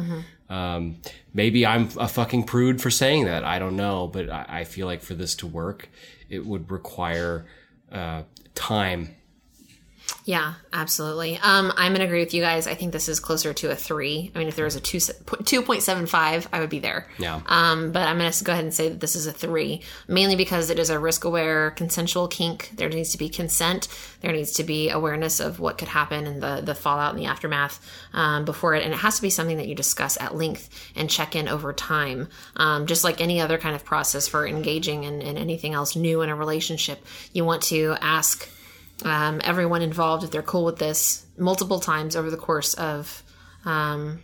[SPEAKER 1] Um, maybe I'm a fucking prude for saying that. I don't know, but I, I feel like for this to work, it would require uh, time.
[SPEAKER 3] Yeah, absolutely. Um, I'm going to agree with you guys. I think this is closer to a three. I mean, if there was a two, se- p- 2.75, I would be there.
[SPEAKER 1] Yeah.
[SPEAKER 3] Um, but I'm going to go ahead and say that this is a three, mainly because it is a risk aware, consensual kink. There needs to be consent. There needs to be awareness of what could happen and the, the fallout and the aftermath um, before it. And it has to be something that you discuss at length and check in over time. Um, just like any other kind of process for engaging in, in anything else new in a relationship, you want to ask um, everyone involved if they're cool with this multiple times over the course of um,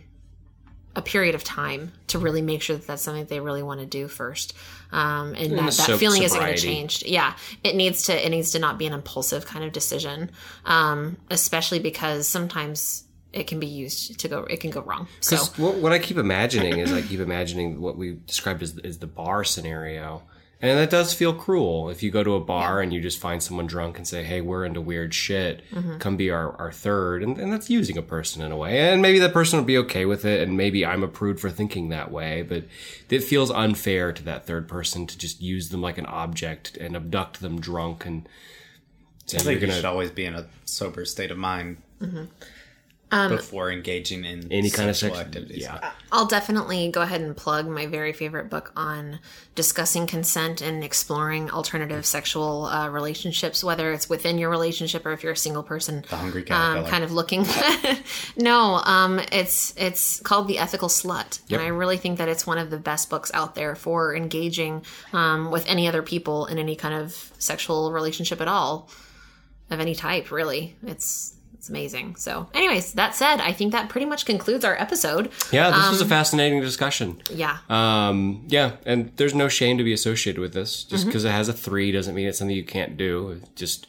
[SPEAKER 3] a period of time to really make sure that that's something they really want to do first um, and that,
[SPEAKER 1] so-
[SPEAKER 3] that feeling isn't going to
[SPEAKER 1] sobriety.
[SPEAKER 3] change yeah it needs to it needs to not be an impulsive kind of decision um, especially because sometimes it can be used to go it can go wrong so
[SPEAKER 1] Because what, what I keep imagining is I keep imagining what we described as, as the bar scenario. And that does feel cruel if you go to a bar and you just find someone drunk and say, hey, we're into weird shit. Come be our, our third. And, and that's using a person in a way. And maybe that person would be okay with it. And maybe I'm a prude for thinking that way. But it feels unfair to that third person to just use them like an object and abduct them drunk and say,
[SPEAKER 2] I
[SPEAKER 1] you're
[SPEAKER 2] think you
[SPEAKER 1] going
[SPEAKER 2] should
[SPEAKER 1] to
[SPEAKER 2] always be in a sober state of mind
[SPEAKER 3] Mm-hmm. Um,
[SPEAKER 2] before engaging in
[SPEAKER 1] any kind of
[SPEAKER 2] sexual
[SPEAKER 1] sex.
[SPEAKER 2] activities.
[SPEAKER 1] Yeah.
[SPEAKER 3] I'll definitely go ahead and plug my very favorite book on discussing consent and exploring alternative sexual uh, relationships, whether it's within your relationship or if you're a single person. The
[SPEAKER 2] Hungry
[SPEAKER 3] um,
[SPEAKER 2] Caterpillar.
[SPEAKER 3] kind of looking. no, um, it's it's called the Ethical Slut,
[SPEAKER 1] Yep.
[SPEAKER 3] and I really think that it's one of the best books out there for engaging um, with any other people in any kind of sexual relationship at all, of any type. Really, it's it's amazing. So, anyways, that said, I think that pretty much concludes our episode.
[SPEAKER 1] Yeah, this was a fascinating discussion.
[SPEAKER 3] Yeah.
[SPEAKER 1] Um, yeah, and there's no shame to be associated with this. Just because it has a three doesn't mean it's something you can't do. It just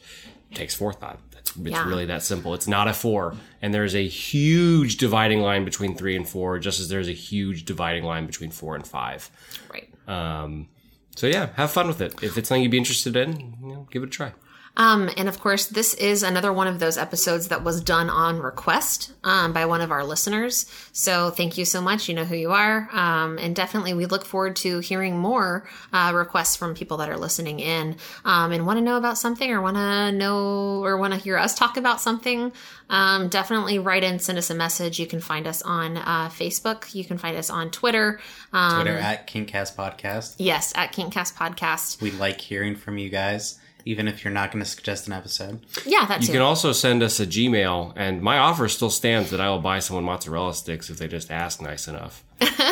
[SPEAKER 1] takes forethought. That's, it's
[SPEAKER 3] Yeah.
[SPEAKER 1] really that simple. It's not a four. And there's a huge dividing line between three and four, just as there's a huge dividing line between four and five.
[SPEAKER 3] Right.
[SPEAKER 1] Um, so yeah, have fun with it. If it's something you'd be interested in, you know, give it a try.
[SPEAKER 3] Um, and of course, this is another one of those episodes that was done on request um, by one of our listeners. So thank you so much. You know who you are. Um, and definitely, we look forward to hearing more uh, requests from people that are listening in um, and want to know about something or want to know or want to hear us talk about something. Um, definitely write in, send us a message. You can find us on uh, Facebook. You can find us on Twitter. Um,
[SPEAKER 2] Twitter at Kingcast Podcast.
[SPEAKER 3] yes, at Kinkcast Podcast.
[SPEAKER 2] We like hearing from you guys. even if you're not going to suggest an episode.
[SPEAKER 3] Yeah, that's
[SPEAKER 1] You can also send us a Gmail, and my offer still stands that I will buy someone mozzarella sticks if they just ask nice enough.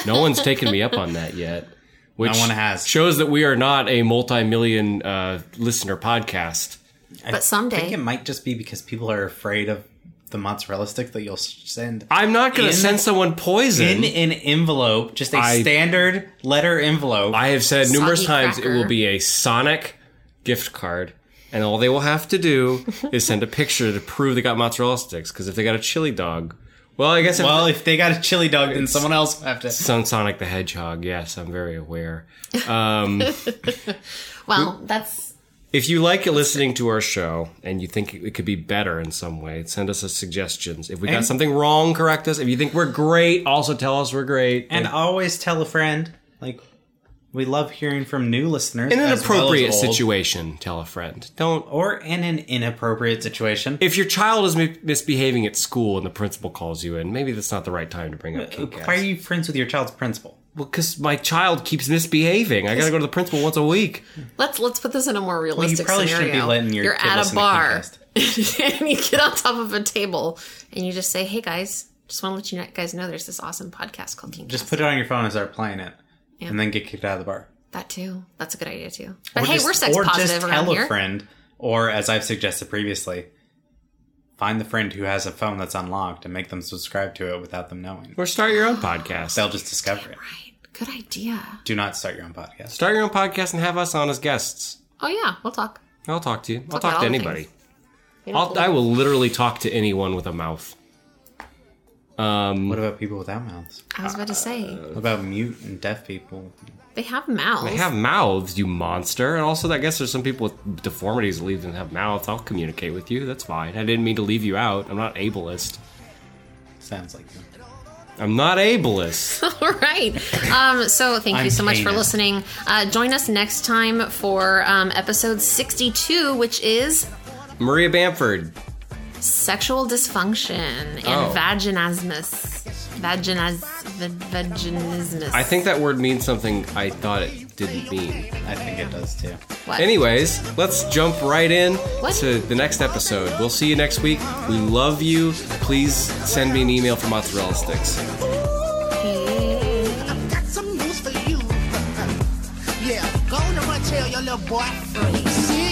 [SPEAKER 1] No one's taken me up on that yet, which
[SPEAKER 2] one has.
[SPEAKER 1] shows that we are not a multi-million uh, listener podcast.
[SPEAKER 2] I
[SPEAKER 3] But someday.
[SPEAKER 2] think it might just be because people are afraid of the mozzarella sticks that you'll s- send.
[SPEAKER 1] I'm not going
[SPEAKER 2] In-
[SPEAKER 1] to send someone poison.
[SPEAKER 2] in an envelope, just a
[SPEAKER 1] I-
[SPEAKER 2] standard letter envelope.
[SPEAKER 1] I have said numerous
[SPEAKER 3] Soggy
[SPEAKER 1] times it
[SPEAKER 3] cracker.
[SPEAKER 1] will be a Sonic gift card, and all they will have to do is send a picture to prove they got mozzarella sticks. Because if they got a chili dog, well, I guess if
[SPEAKER 2] well, if they got a chili dog, then someone else will have to.
[SPEAKER 1] Son Sonic the Hedgehog, yes, I'm very aware.
[SPEAKER 3] well, that's
[SPEAKER 1] If you like listening to our show and you think it could be better in some way, send us a suggestions. If we got
[SPEAKER 2] And-
[SPEAKER 1] something wrong, correct us. If you think we're great, also tell us we're great.
[SPEAKER 2] And always tell a friend. Like, we love hearing from new listeners.
[SPEAKER 1] in an
[SPEAKER 2] as well as
[SPEAKER 1] appropriate
[SPEAKER 2] old.
[SPEAKER 1] situation, tell a friend. Don't.
[SPEAKER 2] Or in an inappropriate situation.
[SPEAKER 1] If your child is mi- misbehaving at school and the principal calls you in, maybe that's not the right time to bring up kink
[SPEAKER 2] Why are
[SPEAKER 1] ass.
[SPEAKER 2] you friends with your child's principal?
[SPEAKER 1] Uh, Well, because my child keeps misbehaving. I gotta go to the principal once a week.
[SPEAKER 3] let's let's put this in a more
[SPEAKER 2] Well, you
[SPEAKER 3] realistic
[SPEAKER 2] probably
[SPEAKER 3] scenario.
[SPEAKER 2] shouldn't be letting your
[SPEAKER 3] You're
[SPEAKER 2] kid
[SPEAKER 3] at
[SPEAKER 2] listen to
[SPEAKER 3] a bar
[SPEAKER 2] Comcast.
[SPEAKER 3] and you get on top of a table and you just say, "Hey guys, just want to let you kn- guys know there's this awesome podcast called King."
[SPEAKER 2] Just put it on your phone and start playing it, and then get kicked out of the bar.
[SPEAKER 3] that too. That's a good idea too. But
[SPEAKER 2] Or
[SPEAKER 3] hey,
[SPEAKER 2] just-
[SPEAKER 3] we're sex
[SPEAKER 2] or
[SPEAKER 3] positive
[SPEAKER 2] just
[SPEAKER 3] around
[SPEAKER 2] tell
[SPEAKER 3] here.
[SPEAKER 2] a friend, or as I've suggested previously, find the friend who has a phone that's unlocked and make them subscribe to it without them knowing.
[SPEAKER 1] Or start your own podcast.
[SPEAKER 2] They'll just discover it.
[SPEAKER 3] Right. Good idea.
[SPEAKER 2] Do not start your own podcast.
[SPEAKER 1] Start your own podcast and have us on as guests.
[SPEAKER 3] Oh yeah, we'll talk.
[SPEAKER 1] I'll talk to you. I'll
[SPEAKER 3] Talk
[SPEAKER 1] talk
[SPEAKER 3] about
[SPEAKER 1] to
[SPEAKER 3] all the
[SPEAKER 1] anybody.
[SPEAKER 3] things. You know,
[SPEAKER 1] I'll, I will literally talk to anyone with a mouth. Mm.
[SPEAKER 2] What about people without mouths?
[SPEAKER 3] I was about to say
[SPEAKER 2] What about mute and deaf people?
[SPEAKER 3] they have mouths.
[SPEAKER 1] They have mouths, you monster. And also, I guess there's some people with deformities that leave them have mouths. I'll communicate with you. That's fine. I didn't mean to leave you out. I'm not ableist.
[SPEAKER 2] Sounds like them.
[SPEAKER 1] I'm not ableist.
[SPEAKER 3] All right. Um, so thank
[SPEAKER 2] I'm
[SPEAKER 3] you so much for
[SPEAKER 2] heinous.
[SPEAKER 3] listening. Uh, join us next time for um, episode 62, which is
[SPEAKER 1] Maria Bamford.
[SPEAKER 3] sexual dysfunction and
[SPEAKER 1] Oh.
[SPEAKER 3] vaginismus. Vaginas, va- vaginismus.
[SPEAKER 1] I think that word means something I thought it didn't mean.
[SPEAKER 2] I think it does too.
[SPEAKER 3] What?
[SPEAKER 1] Anyways, let's jump right in
[SPEAKER 3] What?
[SPEAKER 1] to the next episode. We'll see you next week. We love you. Please send me an email for mozzarella sticks.
[SPEAKER 5] I've got some news for you. yeah, go on and run tell your little boy. See